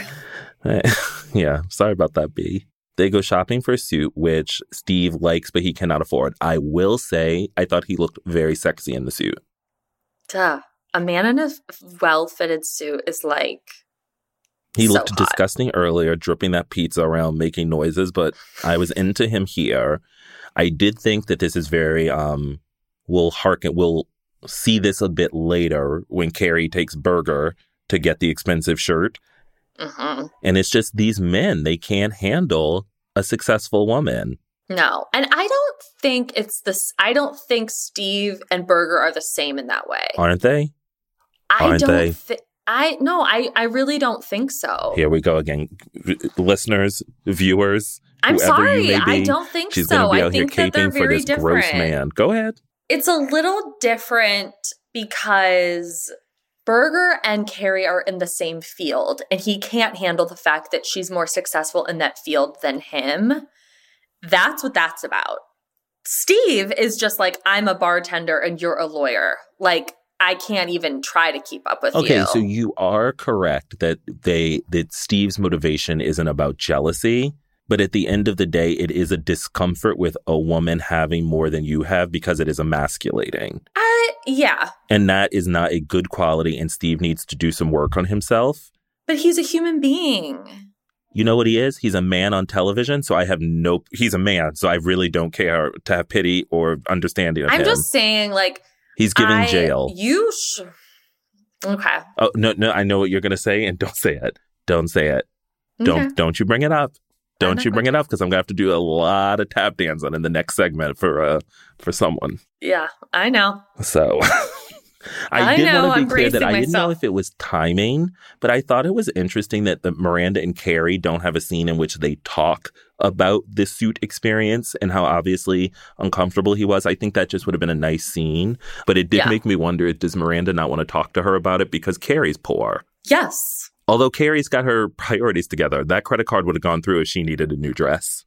S4: yeah, sorry about that, B. They go shopping for a suit, which Steve likes, but he cannot afford. I will say, I thought he looked very sexy in the suit.
S3: Duh. A man in a well-fitted suit is like
S4: He looked disgusting earlier, dripping that pizza around, making noises, but I was into him here. I did think that this is very, um, we'll hearken, we'll see this a bit later when Carrie takes Burger to get the expensive shirt.
S3: mhm.
S4: And it's just these men, they can't handle a successful woman.
S3: no. And I don't think it's this. I don't think Steve and Berger are the same in that way.
S4: Aren't they?
S3: I
S4: Aren't
S3: don't.
S4: they?
S3: Thi- I no. I I really don't think so.
S4: Here we go again. V- Listeners, viewers,
S3: I'm
S4: whoever
S3: sorry,
S4: you may be,
S3: I don't think
S4: she's gonna
S3: so.
S4: Be
S3: I
S4: out here
S3: think that they're
S4: caping for
S3: very
S4: this gross
S3: different.
S4: man. Go ahead.
S3: It's a little different because Berger and Carrie are in the same field, and he can't handle the fact that she's more successful in that field than him. That's what that's about. Steve is just like, I'm a bartender and you're a lawyer. Like, I can't even try to keep up with
S4: okay,
S3: you.
S4: so you are correct that they that Steve's motivation isn't about jealousy, but at the end of the day, it is a discomfort with a woman having more than you have because it is emasculating.
S3: I, yeah,
S4: And that is not a good quality, and Steve needs to do some work on himself.
S3: but he's a human being.
S4: You know what he is? He's a man on television, so I have no he's a man, so I really don't care to have pity or understanding of
S3: I'm
S4: him.
S3: just saying, like,
S4: He's giving
S3: I-
S4: jail.
S3: You sh- okay?
S4: Oh no, no, I know what you're gonna say, and don't say it. Don't say it. Don't
S3: Okay.
S4: don't you bring it up. Don't
S3: not
S4: you bring
S3: going
S4: it up because I'm gonna have to do a lot of tap dancing in the next segment for uh for someone.
S3: Yeah, I know.
S4: So *laughs* I,
S3: I
S4: did
S3: know,
S4: want to be
S3: I'm
S4: clear that
S3: bracing
S4: I didn't know
S3: myself.
S4: if it was timing, but I thought it was interesting that the Miranda and Carrie don't have a scene in which they talk about the suit experience and how obviously uncomfortable he was. I think that just would have been a nice scene, but it did
S3: Yeah.
S4: make me wonder: Does Miranda not want to talk to her about it because Carrie's poor?
S3: Yes.
S4: Although Carrie's got her *laughs* priorities together, that credit card would have gone through if she needed a new dress.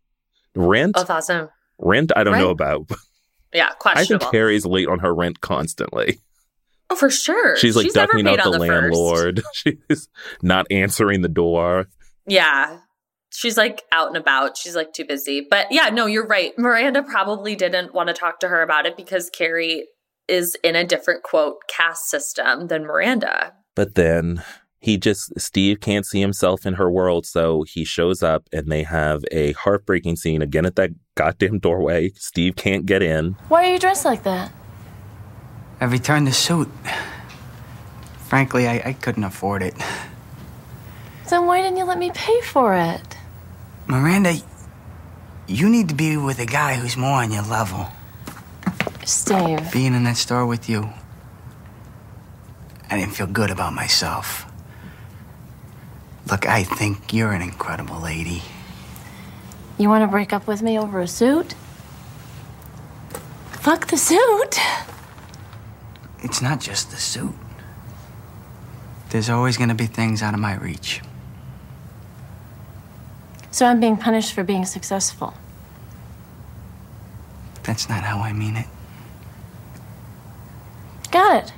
S4: Rent,
S3: Oh, awesome.
S4: rent, I don't know
S3: Rent?
S4: about. *laughs*
S3: Yeah,
S4: I think
S3: questionable.
S4: Carrie's late on her rent constantly.
S3: oh, for sure.
S4: She's like
S3: never
S4: ducking
S3: paid
S4: out the,
S3: on first.
S4: landlord. *laughs* She's not answering the door.
S3: Yeah. She's like out and about. She's like too busy. But yeah, no, you're right. Miranda probably didn't want to talk to her about it because Carrie is in a different quote caste system than Miranda.
S4: But then he just Steve can't see himself in her world, so he shows up and they have a heartbreaking scene again at that goddamn doorway. Steve can't get in.
S7: Why are you dressed like that?
S15: I returned the suit. Frankly, I, I couldn't afford it.
S7: Then why didn't you let me pay for it?
S15: Miranda, you need to be with a guy who's more on your level.
S7: Steve.
S15: Being in that store with you, I didn't feel good about myself. Look, I think you're an incredible lady.
S7: You want to break up with me over a suit? Fuck the suit.
S15: It's not just the suit. There's always gonna be things out of my reach.
S7: So I'm being punished for being successful.
S15: That's not how I mean it.
S7: Got it.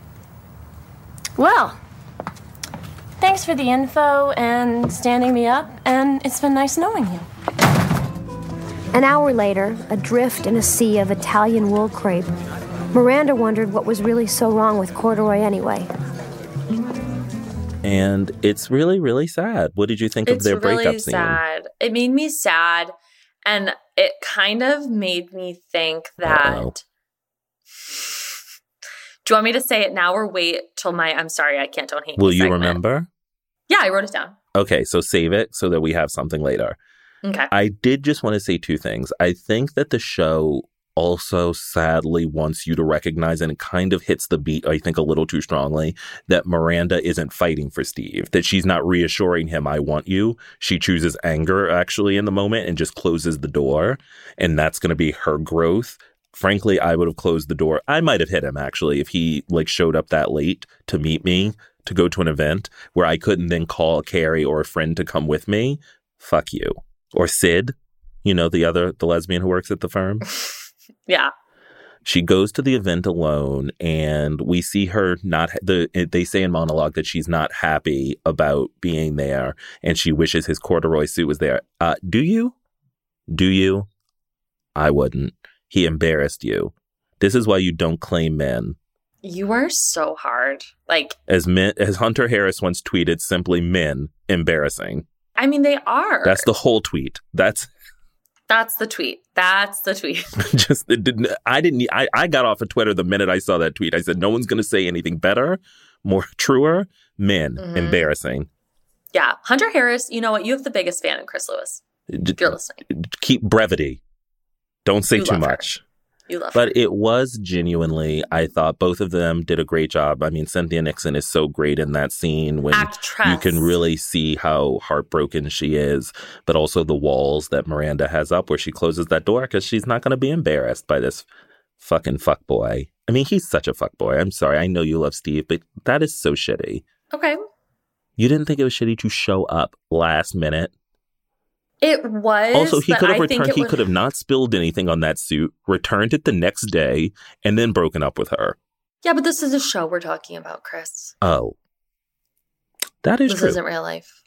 S7: Well, thanks for the info and standing me up, and it's been nice knowing you.
S5: An hour later, adrift in a sea of Italian wool crepe, Miranda wondered what was really so wrong with corduroy anyway.
S4: And it's really, really sad. What did you think of
S3: It's
S4: their
S3: really
S4: breakup scene?
S3: sad. It made me sad. And it kind of made me think that.
S4: Uh-oh.
S3: Do you want me to say it now or wait till my I'm sorry, I can't, don't hate
S4: Will
S3: me
S4: you
S3: segment?
S4: remember?
S3: Yeah, I wrote it down.
S4: Okay, so save it so that we have something later.
S3: Okay.
S4: I did just want to say two things. I think that the show also sadly wants you to recognize and it kind of hits the beat, I think, a little too strongly that Miranda isn't fighting for Steve, that she's not reassuring him, I want you. She chooses anger actually in the moment and just closes the door. And that's going to be her growth. Frankly, I would have closed the door. I might have hit him actually if he like showed up that late to meet me to go to an event where I couldn't then call Carrie or a friend to come with me. Fuck you. Or Sid, you know, the other, the lesbian who works at the firm.
S3: Yeah.
S4: She goes to the event alone, and we see her not. The they say in monologue that she's not happy about being there, and she wishes his corduroy suit was there. Uh, do you? Do you? I wouldn't. He embarrassed you. This is why you don't claim men.
S3: You are so hard. Like,
S4: As men, as Hunter Harris once tweeted, simply men embarrassing.
S3: I mean, they are.
S4: That's the whole tweet. That's
S3: That's the tweet. That's the tweet. *laughs*
S4: *laughs* just it didn't I didn't I, I got off of Twitter the minute I saw that tweet. I said no one's gonna say anything better, more truer, men,
S3: Mhm.
S4: embarrassing.
S3: Yeah. Hunter Harris, you know what? You have the biggest fan in Chris Lewis.
S4: D-
S3: If you're listening,
S4: keep brevity. Don't say
S3: You
S4: too
S3: love her.
S4: much.
S3: you love her.
S4: But it was genuinely, I thought both of them did a great job. I mean, Cynthia Nixon is so great in that scene when you can really see how heartbroken she is, but also the walls that Miranda has up where she closes that door because she's not going to be embarrassed by this fucking fuckboy. I mean, he's such a fuckboy. I'm sorry. I know you love Steve, but that is so shitty.
S3: Okay.
S4: You didn't think it was shitty to show up last minute.
S3: It was.
S4: also, he
S3: but
S4: could have
S3: I think
S4: returned.
S3: it
S4: He
S3: would-
S4: could have not spilled anything on that suit, returned it the next day, and then broken up with her.
S3: Yeah, but this is a show we're talking about, Chris.
S4: Oh, that is
S3: this
S4: true.
S3: isn't real life.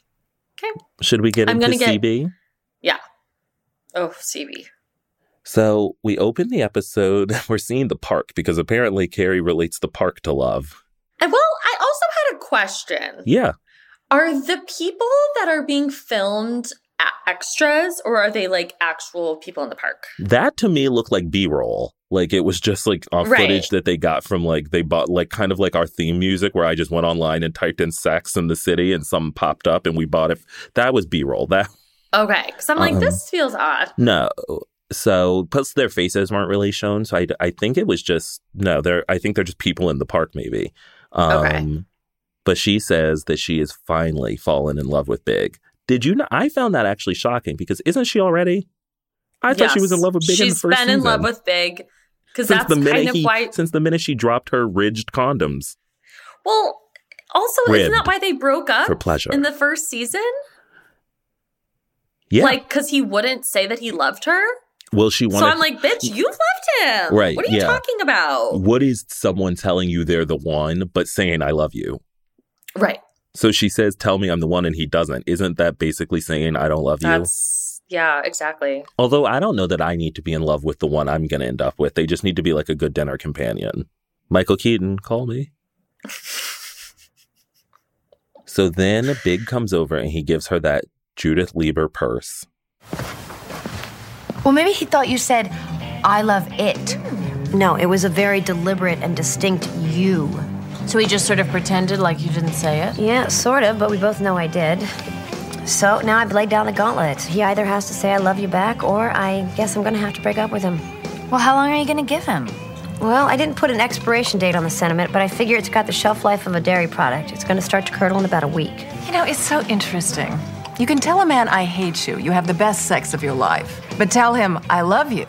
S4: Should we get
S3: I'm
S4: into
S3: gonna get-
S4: CB?
S3: Yeah. Oh, CB.
S4: So we open the episode. *laughs* We're seeing the park because apparently Carrie relates the park to love.
S3: And well, I also had a question.
S4: Yeah.
S3: Are the people that are being filmed a- extras or are they like actual people in the park?
S4: That to me looked like B roll. Like it was just like on
S3: Right.
S4: footage that they got from like they bought like kind of like our theme music where I just went online and typed in sex in the city and some popped up and we bought it. That was B roll. That
S3: Okay. Because I'm like,
S4: Um,
S3: this feels odd.
S4: no. So plus their faces weren't really shown. So I, I think it was just no. They're I think they're just people in the park maybe. Um, okay. But she says that she has finally fallen in love with Big. Did you know? I found that actually shocking because isn't she already? I thought she was in love with Big
S3: She's
S4: in the first
S3: been in love
S4: season.
S3: with Big because
S4: since
S3: that's
S4: the minute
S3: kind of
S4: he-
S3: why.
S4: since the minute she dropped her ridged condoms
S3: Well, also, isn't that
S4: Ribbed
S3: why they broke up
S4: for pleasure.
S3: in the first season?
S4: yeah
S3: Like, because he wouldn't say that he loved her.
S4: well she
S3: So
S4: wanted
S3: I'm like, bitch, you loved him.
S4: Right,
S3: What are you
S4: yeah.
S3: talking about?
S4: what is someone telling you they're the one but saying i love you Mm-hmm.
S3: Right.
S4: so she says tell me i'm the one and he doesn't isn't that basically saying i don't love you
S3: That's, yeah, exactly.
S4: although i don't know that i need to be in love with the one i'm going to end up with they just need to be like a good dinner companion michael keaton call me so then big comes over and he gives her that judith lieber purse
S5: Well, maybe he thought you said, I love it. No, it was a very deliberate and distinct you.
S7: So he just sort of pretended like you didn't say it?
S5: Yeah, sort of, but we both know I did. So now I've laid down the gauntlet. He either has to say I love you back, or I guess I'm gonna have to break up with him. Well, how long are you gonna give him? Well, I didn't put an expiration date on the sentiment, but I figure it's got the shelf life of a dairy product. It's gonna start to curdle in about a week.
S6: You know, it's so interesting. You can tell a man, I hate you, you have the best sex of your life, but tell him, I love you.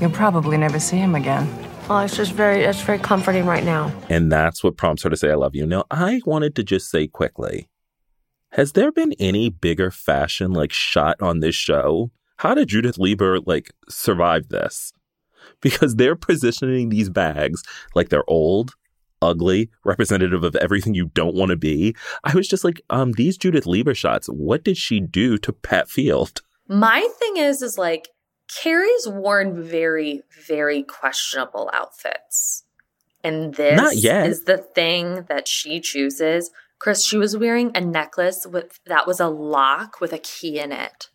S6: You'll probably never see him again.
S5: Well, Oh, it's just very, it's very comforting right now.
S4: And that's what prompts her to say, I love you. Now, I wanted to just say quickly Has there been any bigger fashion like shot on this show? How did Judith Lieber like survive this? Because they're positioning these bags like they're old, ugly, representative of everything you don't want to be. I was just like, um, these Judith Lieber shots, what did she do to Pat Field?
S3: My thing is, is like Carrie's worn very, very questionable outfits. And this
S4: Not yet.
S3: is the thing that she chooses. Chris, she was wearing a necklace with that was a lock with a key in it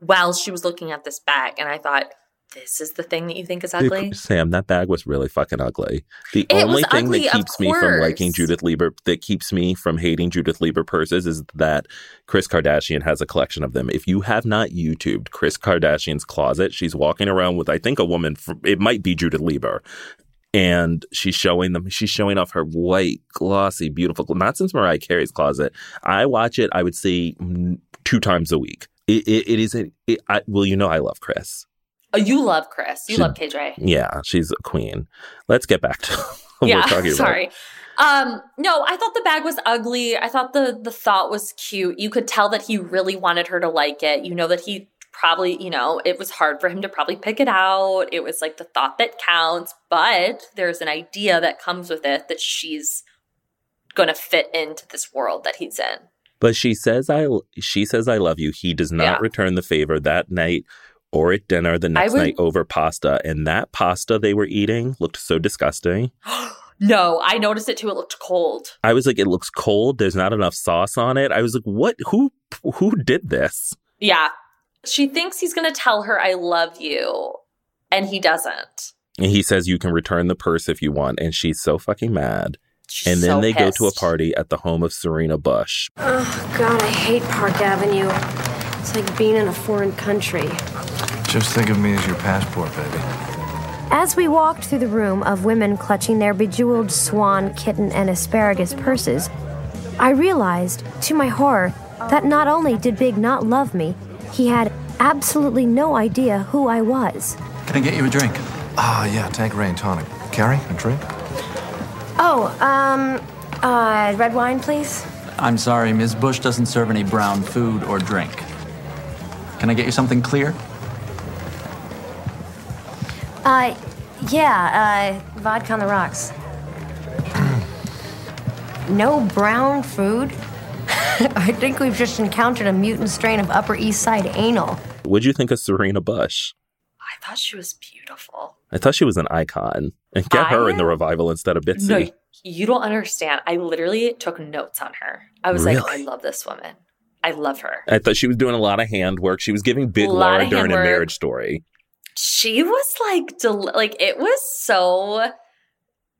S3: while she was looking at this bag. And I thought, this is the thing that you think is ugly?
S4: Sam, that bag was really fucking ugly. The
S3: It was
S4: only thing
S3: ugly,
S4: that
S3: of
S4: keeps me from liking
S3: course.
S4: Judith Lieber, that keeps me from hating Judith Lieber purses is that Chris Kardashian has a collection of them. If you have not YouTubed Chris Kardashian's closet, she's walking around with, I think, a woman, from, it might be Judith Lieber. And she's showing them, she's showing off her white, glossy, beautiful, not since Mariah Carey's closet. I watch it, I would say, mm, two times a week. It, it, it is, a, it, I, well, you know, I love Chris.
S3: Oh, you love Chris. You
S4: She-
S3: love KJ.
S4: Yeah, she's a queen. Let's get back to *laughs* what we're
S3: *laughs*
S4: talking about.
S3: sorry. Um, no, I thought the bag was ugly. I thought the the thought was cute. You could tell that he really wanted her to like it. You know that he probably, you know, it was hard for him to probably pick it out. It was like the thought that counts, but there's an idea that comes with it that she's going to fit into this world that he's in.
S4: But she says I she says I love you. He does not
S3: Yeah.
S4: return the favor that night or at dinner the next
S3: would-
S4: night over pasta. And that pasta they were eating looked so disgusting.
S3: No, I noticed it too. It looked cold.
S4: I was like, it looks cold. There's not enough sauce on it. I was like, what who who did this?
S3: Yeah. She thinks he's going to tell her I love you and he doesn't.
S4: And he says you can return the purse if you want. And she's so fucking mad. and then
S3: so
S4: they go to a
S3: pissed.
S4: party at the home of Serena Bush.
S5: Oh, God, I hate Park Avenue. It's like being in a foreign country.
S15: Just think of me as your passport, baby.
S5: As we walked through the room of women clutching their bejeweled swan, kitten, and asparagus purses, I realized, to my horror, that not only did Big not love me, he had absolutely no idea who I was.
S15: Can I get you a drink? Ah, yeah, tank rain tonic.
S1: Carrie, a drink?
S5: Oh, um, uh, red wine, please.
S16: I'm sorry, Ms. Bush doesn't serve any brown food or drink. Can I get you something clear?
S5: Uh, yeah, uh, vodka on the rocks. *clears throat* no brown food? *laughs* I think we've just encountered a mutant strain of Upper East Side anal.
S4: What'd you think of Serena Bush?
S3: I thought she was beautiful.
S4: I thought she was an icon. And get her in the revival instead of Bitsy.
S3: No, you don't understand. I literally took notes on her. I was like, I love this woman. I love her.
S4: I thought she was doing a lot of handwork. She was giving Big
S3: A lot
S4: Laura
S3: of
S4: during a
S3: handwork.
S4: marriage story.
S3: She was like, del- like it was so.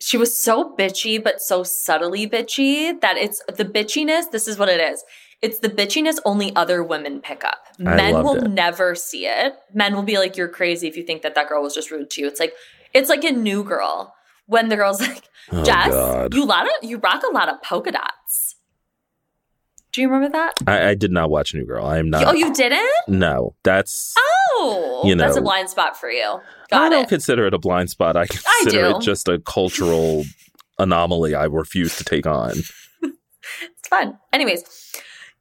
S3: She was so bitchy, but so subtly bitchy that it's the bitchiness. This is what it is. It's the bitchiness only other women pick up.
S17: I
S3: Men
S17: loved
S3: will
S17: it.
S3: never see it. Men will be like, "You're crazy if you think that that girl was just rude to you." It's like, it's like a new girl when the girl's *laughs* like,
S4: Oh,
S3: "Jess,
S4: God.
S3: you lot of you rock a lot of polka dots." Do you remember that?
S4: I, I did not watch New Girl. I am not.
S3: oh, you didn't?
S4: No, that's.
S3: Oh,
S4: Uh, You
S3: that's a
S4: know.
S3: blind spot for you. Got
S4: I don't
S3: it.
S4: consider it a blind spot. I *laughs* consider
S3: do.
S4: it just a cultural anomaly I refuse to take on.
S3: It's fun. Anyways,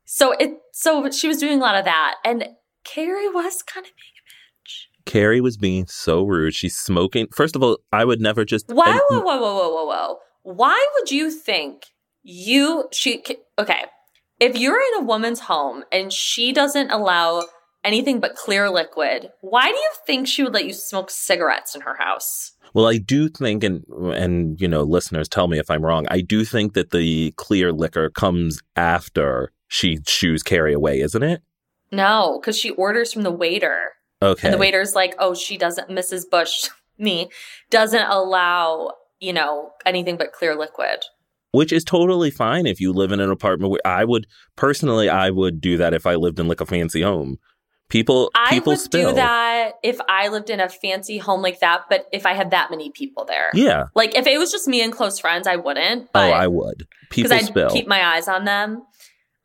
S3: so it so she was doing a lot of that, and Carrie was kind of
S4: Carrie was being so rude. She's smoking. First of all, I would never just.
S3: why?
S4: and-
S3: Whoa, whoa, whoa, whoa, whoa, whoa! Why would you think you she okay? If you're in a woman's home and she doesn't allow anything but clear liquid, why do you think she would let you smoke cigarettes in her house?
S4: Well, I do think, and and you know, listeners, tell me if I'm wrong. I do think that the clear liquor comes after she chews Carrie away, isn't it?
S3: No, because she orders from the waiter.
S4: Okay.
S3: And the waiter's like, oh, she doesn't, Mrs. Bush, *laughs* me, doesn't allow, you know, anything but clear liquid.
S4: Which is totally fine if you live in an apartment. Where I would personally, I would do that if I lived in like a fancy home. People,
S3: I
S4: people
S3: would
S4: spill.
S3: do that if I lived in a fancy home like that, but if I had that many people there.
S4: Yeah.
S3: Like if it was just me and close friends, I wouldn't.
S4: oh,
S3: But
S4: I would.
S3: because
S4: People
S3: I'd
S4: spill.
S3: keep my eyes on them.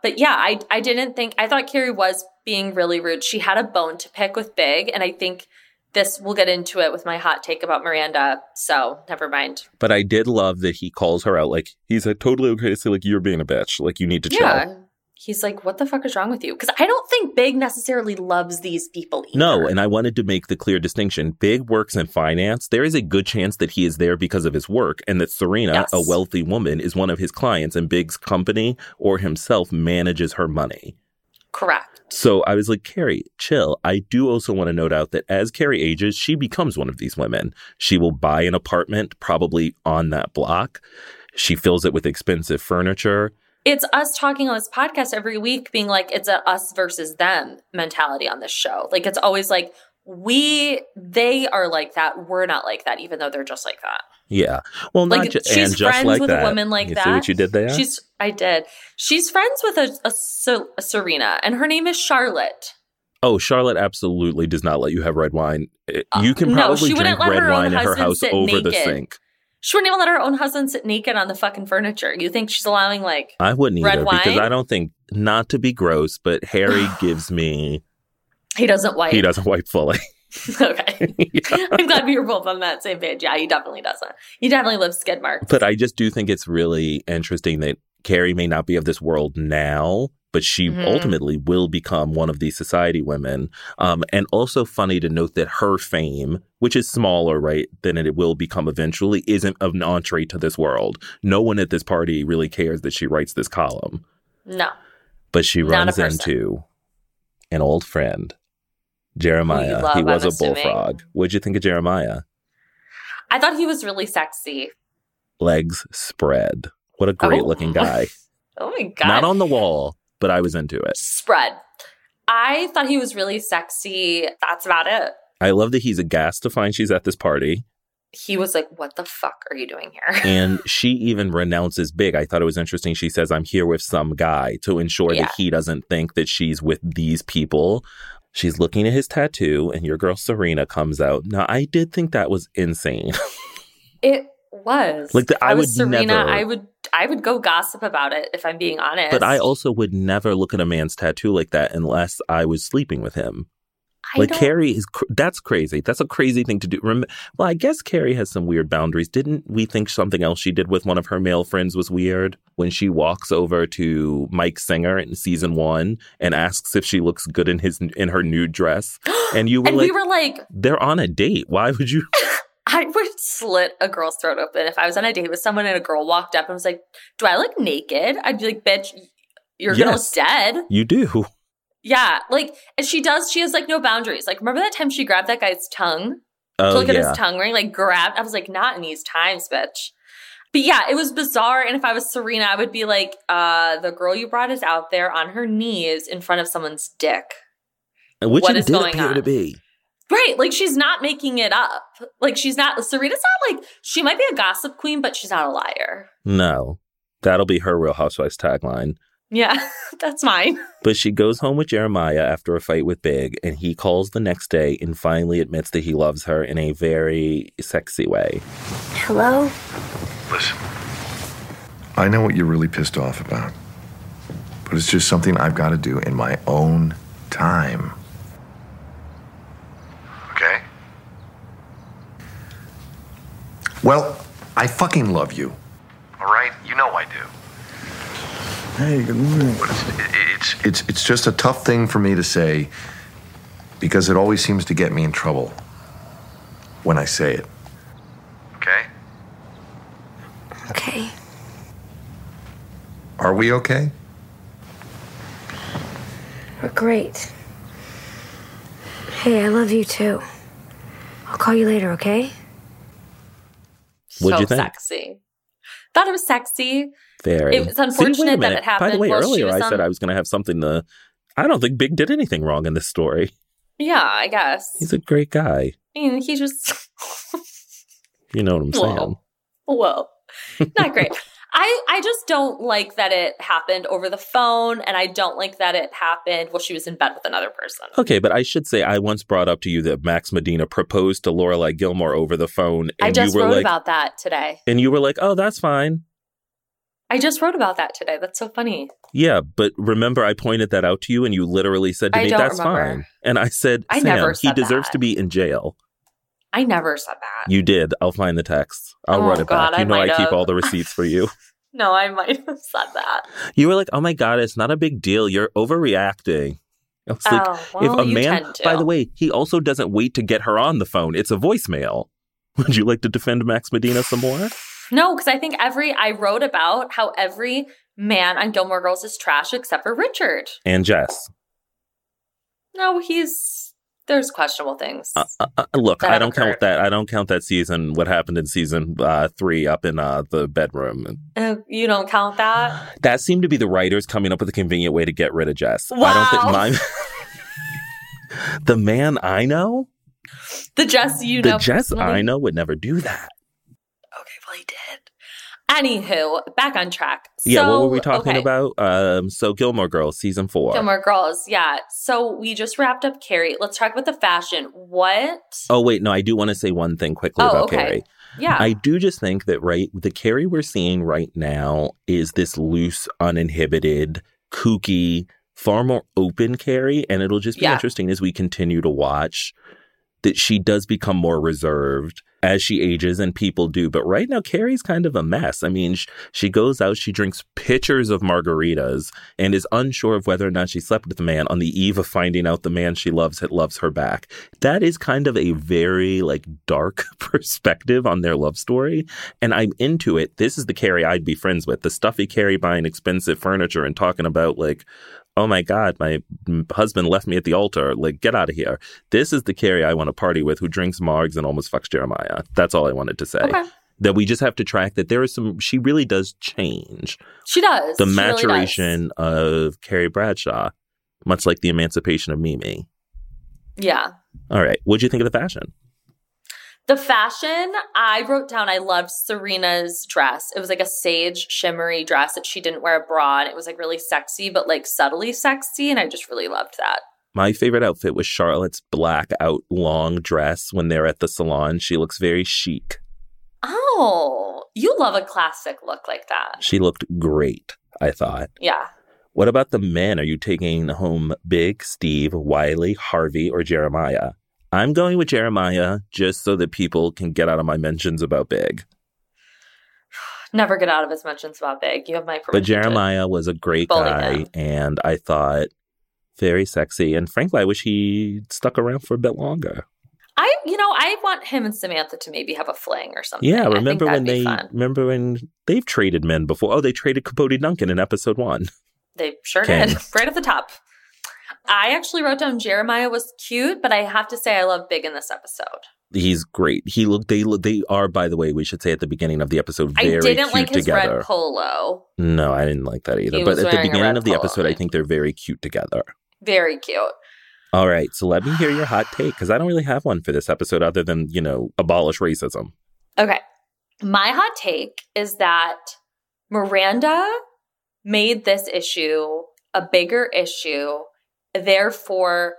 S3: But yeah, I I didn't think I thought Carrie was being really rude. She had a bone to pick with Big, and I think this we'll get into it with my hot take about Miranda. So never mind.
S4: but I did love that he calls her out. Like he's like totally okay to say like you're being a bitch. Like you need to chill.
S3: Yeah. He's like, what the fuck is wrong with you? Because I don't think Big necessarily loves these people. either.
S4: No, and I wanted to make the clear distinction. Big works in finance. There is a good chance that he is there because of his work and that Serena,
S3: Yes.
S4: a wealthy woman, is one of his clients and Big's company or himself manages her money.
S3: Correct.
S4: So I was like, Carrie, chill. I do also want to note out that as Carrie ages, she becomes one of these women. She will buy an apartment, probably on that block. She fills it with expensive furniture.
S3: It's us talking on this podcast every week, being like, it's a us versus them mentality on this show. Like, it's always like, we, they are like that. We're not like that, even though they're just like that.
S4: Yeah. Well, not
S3: like
S4: ju-
S3: she's
S4: and just
S3: friends
S4: like
S3: with
S4: that.
S3: a woman like
S4: you
S3: that.
S4: See what you did there?
S3: She's I did. She's friends with a, a Se- a Serena, and her name is Charlotte.
S4: Oh, Charlotte absolutely does not let you have red wine. It- You can
S3: Uh, no,
S4: probably
S3: she wouldn't
S4: drink
S3: let
S4: red
S3: her own
S4: wine in her
S3: husband
S4: house
S3: sit
S4: over the
S3: naked.
S4: sink.
S3: She wouldn't even let her own husband sit naked on the fucking furniture. You think she's allowing like
S4: I wouldn't
S3: Red
S4: either because
S3: wine?
S4: I don't think not to be gross, but
S3: *sighs*
S4: Harry gives me
S3: he doesn't wipe?
S4: he doesn't wipe fully.
S3: *laughs*
S4: *laughs*
S3: okay, *laughs* I'm glad we were both on that same page. Yeah, he definitely doesn't. He definitely lives skid marks.
S4: But I just do think it's really interesting that Carrie may not be of this world now, but she
S3: Mhm.
S4: ultimately will become one of these society women. Um, and also funny to note that her fame, which is smaller, right, than it will become eventually, isn't of an entree to this world. No one at this party really cares that she writes this column,
S3: No,
S4: but she
S3: Not a
S4: runs
S3: person.
S4: into an old friend, Jeremiah.
S3: love,
S4: he was
S3: I'm
S4: a bullfrog. What'd you think of Jeremiah?
S3: I thought he was really sexy.
S4: Legs spread. What a great
S3: Oh.
S4: looking guy.
S3: *laughs* Oh my god,
S4: Not on the wall, but I was into it.
S3: spread. I thought he was really sexy. That's about it.
S4: I love that he's aghast to find she's at this party.
S3: He was like, "What the fuck are you doing here?" *laughs*
S4: And she even renounces Big. I thought it was interesting. She says, I'm here with some guy to ensure
S3: Yeah.
S4: that he doesn't think that she's with these people. She's looking at his tattoo, and your girl Serena comes out. Now, I did think that was insane.
S3: It was
S4: Like, the-
S3: If
S4: I
S3: was
S4: would
S3: Serena.
S4: never-
S3: I would I would go gossip about it if I'm being honest.
S4: but I also would never look at a man's tattoo like that unless I was sleeping with him.
S3: I
S4: like
S3: don't-
S4: Carrie is cr- that's crazy. That's a crazy thing to do. Rem- well, I guess Carrie has some weird boundaries. Didn't we think something else she did with one of her male friends was weird when she walks over to Mike Singer in season 1 and asks if she looks good in his in her
S3: *gasps*
S4: nude dress? And you were
S3: and
S4: like
S3: we were like,
S4: they're on a date. Why would
S3: *laughs*
S4: you
S3: I would slit a girl's throat open if I was on a date with someone and a girl walked up and was like, "Do I look naked?" I'd be like, "Bitch, you're gonna
S4: Yes.
S3: look dead."
S4: You do.
S3: Yeah, like, and she does. She has like no boundaries. Like, remember that time she grabbed that guy's tongue
S4: Oh,
S3: to look at
S4: yeah.
S3: his tongue ring? Like, grabbed. I was like, "Not in these times, bitch." But yeah, it was bizarre. And if I was Serena, I would be like, uh, "The girl you brought is out there on her knees in front of someone's dick."
S4: Which
S3: What
S4: it
S3: is
S4: did
S3: going
S4: appear to
S3: on?
S4: be.
S3: Right. Like she's not making it up. Like she's not Serena's not like she might be a gossip queen, but she's not a liar.
S4: No. That'll be her Real Housewives tagline.
S3: Yeah, *laughs* that's mine.
S4: But she goes home with Jeremiah after a fight with Big, and he calls the next day and finally admits that he loves her in a very sexy way.
S5: Hello?
S17: Listen. I know what you're really pissed off about, but it's just something I've got to do in my own time. Okay? Well, I fucking love you. All right? You know I do.
S13: Hey, good morning.
S17: But it's, it- it's, it's, it's just a tough thing for me to say because it always seems to get me in trouble when I say it. Okay?
S5: Okay.
S17: Are we okay?
S5: We're great. Hey, I love you too. I'll call you later, okay?
S4: What'd
S3: so
S4: you think?
S3: sexy. Thought it was sexy.
S4: Very.
S3: It was
S4: See, wait a
S3: unfortunate that
S4: minute.
S3: it happened
S4: By the way,
S3: while she
S4: earlier
S3: was um,
S4: I said
S3: on-
S4: I was going to have something to. I don't think Big did anything wrong in this story.
S3: Yeah, I guess.
S4: He's a great guy.
S3: I mean, he just *laughs*
S4: You know what I'm
S3: Well,
S4: saying?
S3: whoa. Not
S4: *laughs*
S3: great. I, I just don't like that it happened over the phone, and I don't like that it happened while she was in bed with another person.
S4: Okay, but I should say I once brought up to you that Max Medina proposed to Lorelai Gilmore over the phone, and
S3: I just
S4: you were
S3: wrote
S4: like,
S3: about that today.
S4: and you were like, oh, that's fine.
S3: I just wrote about that today. That's so funny.
S4: Yeah, but remember, I pointed that out to you, and you literally said to
S3: I
S4: me,
S3: don't
S4: "That's
S3: remember.
S4: fine." And I said,
S3: I
S4: "Sam,
S3: never
S4: he
S3: said
S4: deserves
S3: that.
S4: to be in jail."
S3: I never said that.
S4: You did. I'll find the text. I'll
S3: Oh,
S4: run it
S3: God,
S4: back.
S3: I
S4: You know, I
S3: might
S4: keep
S3: have.
S4: all the receipts
S3: *laughs*
S4: for you.
S3: No, I might have said that.
S4: You were like, "Oh my God, it's not a big deal. You're overreacting." I was like,
S3: Oh, well,
S4: if a
S3: you
S4: man,
S3: tend to.
S4: by the way, he also doesn't wait to get her on the phone. It's a voicemail. *laughs* Would you like to defend Max Medina some more?
S3: No, because I think every I wrote about how every man on Gilmore Girls is trash except for Richard.
S4: And Jess,
S3: No, he's there's questionable things.
S4: uh, uh, uh, look,
S3: That
S4: I don't
S3: occurred.
S4: count that. I don't count that season. What happened in season uh, three up in uh, the bedroom?
S3: Uh, you don't count that.
S4: That seemed to be the writers coming up with a convenient way to get rid of Jess.
S3: Wow.
S4: I don't think my *laughs* the man I know,
S3: The Jess you
S4: the
S3: know.
S4: Jess
S3: personally.
S4: I know would never do that.
S3: Anywho, back on track.
S4: yeah,
S3: So,
S4: what were we talking
S3: okay.
S4: about? Um, so Gilmore Girls season four.
S3: Gilmore Girls, yeah. So we just wrapped up Carrie. Let's talk about the fashion. What?
S4: Oh wait, no, I do want to say one thing quickly
S3: Oh,
S4: about
S3: okay.
S4: Carrie.
S3: Yeah.
S4: I do just think that right the Carrie we're seeing right now is this loose, uninhibited, kooky, far more open Carrie, and it'll just be
S18: Yeah.
S4: interesting as we continue to watch that she does become more reserved as she ages and people do but right now carrie's kind of a mess i mean sh- she goes out she drinks pitchers of margaritas and is unsure of whether or not she slept with the man on the eve of finding out the man she loves had loves her back that is kind of a very like dark *laughs* perspective on their love story and i'm into it this is the carrie i'd be friends with the stuffy carrie buying expensive furniture and talking about like oh my god my m- husband left me at the altar like get out of here this is the carrie i want to party with who drinks margs and almost fucks jeremiah that's all i wanted to say
S3: Okay.
S4: that we just have to track that there is some she really does change
S3: She does.
S4: the
S3: She really does.
S4: maturation of carrie bradshaw much like the emancipation of mimi
S3: Yeah.
S4: all right what'd you think of the fashion
S3: The fashion I wrote down, I loved Serena's dress. It was like a sage shimmery dress that she didn't wear abroad. It was like really sexy, but like subtly sexy. And I just really loved that.
S4: my favorite outfit was charlotte's black out long dress when they're at the salon she looks very chic
S3: Oh, you love a classic look like that.
S4: she looked great i thought
S3: Yeah.
S4: What about the men? Are you taking home Big, Steve, Wiley, Harvey, or Jeremiah? I'm going with Jeremiah just so that people can get out of my mentions about Big.
S3: Never get out of his mentions about Big. You have my permission.
S4: But Jeremiah was a great
S3: Bully
S4: guy, and I thought very sexy. And frankly, I wish he stuck around for a bit longer.
S3: I, you know, I want him and Samantha to maybe have a fling or something.
S4: yeah,
S3: I think
S4: remember
S3: that'd
S4: when
S3: be
S4: they
S3: fun.
S4: remember when they've traded men before? Oh, they traded Capote Duncan in episode one.
S3: They sure
S4: Can.
S3: did. *laughs* Right at the top. I actually wrote down Jeremiah was cute, but I have to say I love Big in this episode.
S4: He's great. He look they look they are. By the way, we should say at the beginning of the episode, very
S3: I didn't
S4: cute
S3: like his
S4: together.
S3: red polo.
S4: No, I didn't like that either.
S3: He
S4: But
S3: was
S4: at
S3: wearing
S4: the
S3: a red
S4: beginning of the
S3: polo,
S4: episode, I think they're very cute together.
S3: Very cute.
S4: All right, so let me hear your hot take because I don't really have one for this episode other than, you know, abolish racism.
S3: Okay. My hot take is that Miranda made this issue a bigger issue, therefore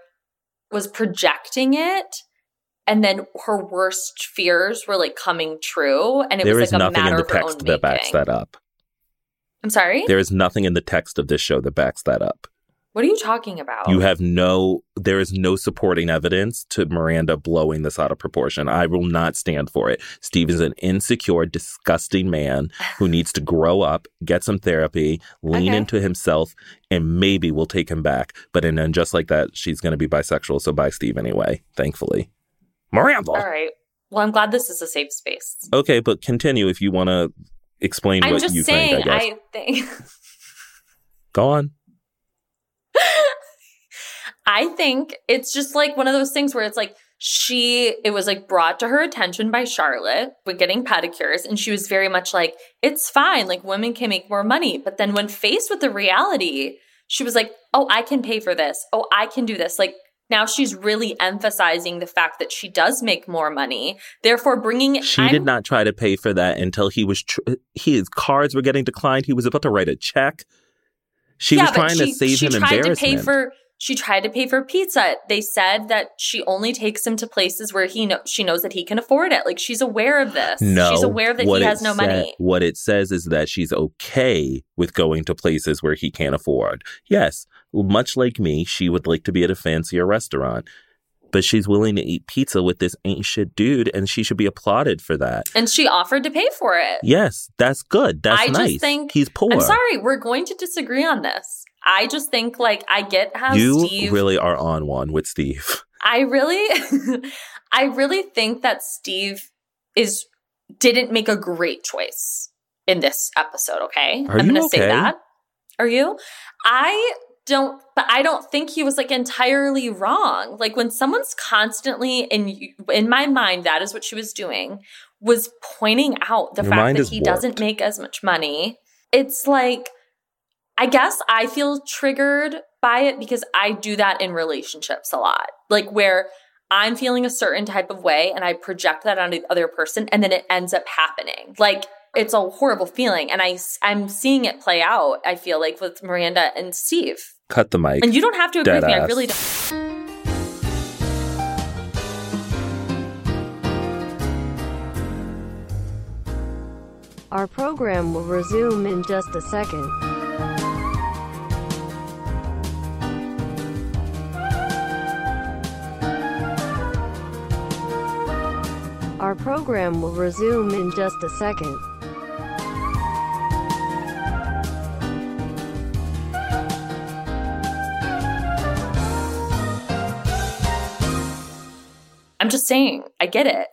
S3: was projecting it. And then her worst fears were like coming true. And it
S4: There
S3: was
S4: is
S3: like a
S4: nothing
S3: matter
S4: in the
S3: of her own
S4: text that backs
S3: making.
S4: that up.
S3: I'm sorry?
S4: There is nothing in the text of this show that backs that up.
S3: what are you talking about?
S4: You have no, there is no supporting evidence to Miranda blowing this out of proportion. I will not stand for it. Steve is an insecure, disgusting man
S3: *sighs*
S4: who needs to grow up, get some therapy, lean
S3: Okay.
S4: into himself, and maybe we'll take him back. But and then just like that, she's going to be bisexual. So bye, Steve, anyway, thankfully. Miranda.
S3: All right. Well, I'm glad this is a safe space.
S4: Okay, but continue if you want to explain
S3: I'm
S4: what
S3: just
S4: you
S3: saying,
S4: think, I guess.
S3: think *laughs*
S4: Go on.
S3: I think it's just like one of those things where it's like she it was like brought to her attention by Charlotte when getting pedicures and she was very much like it's fine like women can make more money but then when faced with the reality she was like oh I can pay for this oh I can do this like now she's really emphasizing the fact that she does make more money therefore bringing it
S4: She did not try to pay for that until he was tr- his cards were getting declined. He was about to write a check. She was
S3: but
S4: trying to
S3: she-
S4: save
S3: she
S4: him
S3: tried to pay
S4: embarrassment.
S3: for she tried to pay for pizza. They said that she only takes him to places where he know, she knows that he can afford it. Like she's aware of this.
S4: no,
S3: she's aware that
S4: what
S3: he
S4: it
S3: has no
S4: sa-
S3: money.
S4: What it says is that she's okay with going to places where he can't afford. Yes, much like me, she would like to be at a fancier restaurant, but she's willing to eat pizza with this ain't shit dude, and she should be applauded for that.
S3: And she offered to pay for it.
S4: Yes, that's good. That's
S3: I
S4: nice.
S3: just think
S4: He's poor.
S3: I'm sorry, we're going to disagree on this. I just think like I get how
S4: You
S3: Steve
S4: really are on one with Steve. *laughs*
S3: I really *laughs* I really think that Steve is didn't make a great choice in this episode, okay?
S4: Are
S3: I'm
S4: you
S3: gonna say
S4: okay?
S3: that. Are you? I don't but I don't think he was like entirely wrong. Like when someone's constantly in in my mind that is what she was doing was pointing out the
S4: Your
S3: fact
S4: mind
S3: that
S4: is
S3: he
S4: warped.
S3: doesn't make as much money. It's like I guess I feel triggered by it because I do that in relationships a lot. Like where I'm feeling a certain type of way and I project that on the other person and then it ends up happening. Like it's a horrible feeling and I am seeing it play out. I feel like with Miranda and Steve.
S4: Cut the mic.
S3: and you don't have to agree with me. I
S4: Deadass.
S3: really don't.
S18: Our program will resume in just a second. Our program will resume in just a second.
S3: I'm just saying, I get it.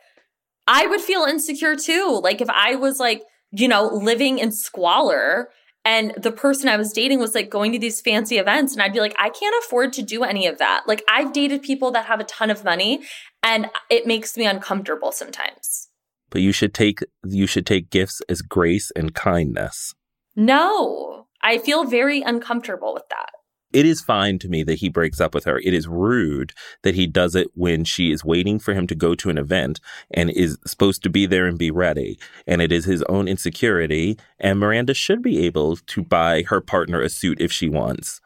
S3: I would feel insecure too. Like if I was like, you know, living in squalor and the person I was dating was like going to these fancy events and I'd be like, I can't afford to do any of that. Like I've dated people that have a ton of money and it makes me uncomfortable sometimes.
S4: But you should take you should take gifts as grace and kindness.
S3: No, I feel very uncomfortable with that.
S4: It is fine to me that he breaks up with her. It is rude that he does it when she is waiting for him to go to an event and is supposed to be there and be ready. And it is his own insecurity. And Miranda should be able to buy her partner a suit if she wants.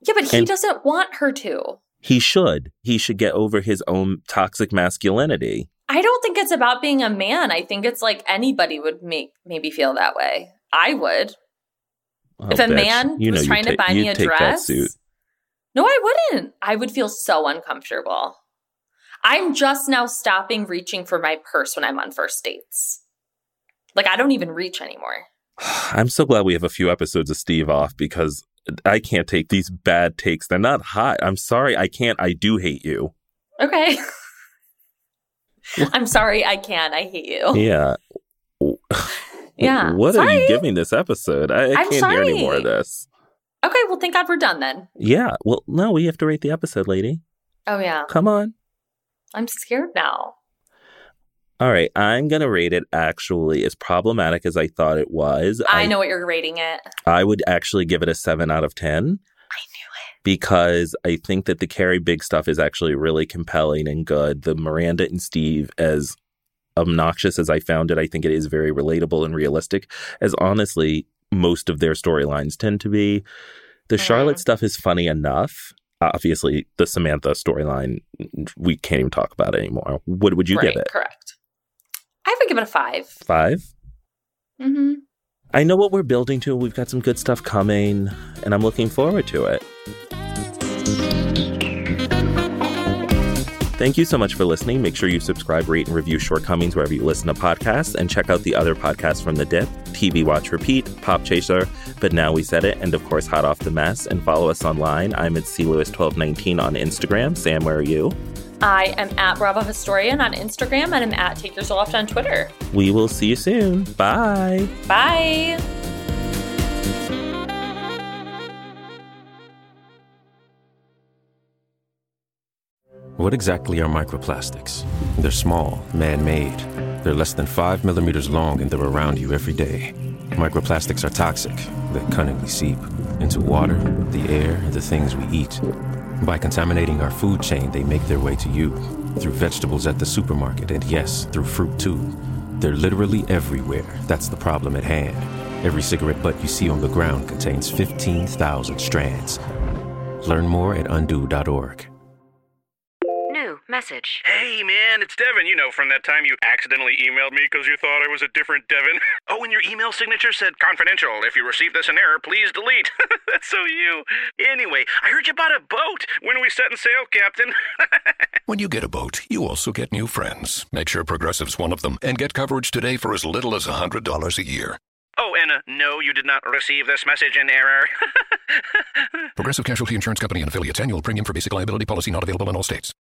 S3: Yeah, but he
S4: And-
S3: doesn't want her to.
S4: He should. He should get over his own toxic masculinity.
S3: I don't think it's about being a man. I think it's like anybody would make maybe feel that way. I would.
S4: Oh,
S3: If a
S4: bitch,
S3: man was
S4: you'd
S3: trying to buy me
S4: you'd
S3: a
S4: take that
S3: dress?
S4: suit.
S3: No, I wouldn't. I would feel so uncomfortable. I'm just now stopping reaching for my purse when I'm on first dates. Like, I don't even reach anymore.
S4: I'm so glad we have a few episodes of Steve off because I can't take these bad takes. They're not hot. I'm sorry. I can't. I do hate you.
S3: Okay. *laughs* I'm sorry, I can. I hate you.
S4: Yeah.
S3: Oh. *laughs* Yeah.
S4: *laughs* What are
S3: Sorry.
S4: you giving this episode? I, I
S3: I'm
S4: can't hear any more
S3: sorry.
S4: of this.
S3: Okay, well, thank God we're done then.
S4: Yeah. Well, no, we have to rate the episode, lady.
S3: Oh, yeah.
S4: Come on.
S3: I'm scared now.
S4: All right. I'm going to rate it actually as problematic as I thought it was.
S3: I, know what you're rating it.
S4: I would actually give it a seven out of 10. I knew it. Because I think that the Carrie Big stuff is actually really compelling and good. The Miranda and Steve, as obnoxious as I found it, I think it is very relatable and realistic, as honestly, most of their storylines tend to be. The Charlotte stuff is funny enough. Obviously, the Samantha storyline, we can't even talk about it anymore. What would you
S3: right,
S4: give it?
S3: Correct. I would give it a 5
S4: Five?
S3: Mm-hmm.
S4: I know what we're building to. We've got some good stuff coming, and I'm looking forward to it. Thank you so much for listening. Make sure you subscribe, rate, and review Shortcomings wherever you listen to podcasts, and check out the other podcasts from The Dip TV Watch Repeat, Pop Chaser, But Now We Said It, and of course, Hot Off the Mess. And follow us online. I'm at CLewis1219 on Instagram. Sam, where are you?
S3: I am at Bravo Historian on Instagram and I'm at Take Your Soul Off on Twitter.
S4: We will see you soon. Bye.
S3: Bye.
S7: What exactly are microplastics? They're small, man made. They're less than 5 millimeters long and they're around you every day. Microplastics are toxic. They cunningly seep into water, the air, and the things we eat. By contaminating our food chain, they make their way to you through vegetables at the supermarket and, yes, through fruit too. They're literally everywhere. That's the problem at hand. Every cigarette butt you see on the ground contains 15,000 strands. Learn more at undo.org.
S5: New message.
S19: Hey, man, it's Devin, you know, from that time you accidentally emailed me because you thought I was a different Devin. Oh, and your email signature said confidential. If you received this in error, please delete. That's so you. Anyway, I heard you bought a boat. When are we setting sail, Captain?
S20: When you get a boat, you also get new friends. Make sure Progressive's one of them and get coverage today for as little as $100 a year.
S19: oh, and uh, no, you did not receive this message in error. *laughs*
S20: Progressive Casualty Insurance Company and affiliates annual premium for basic liability policy not available in all states.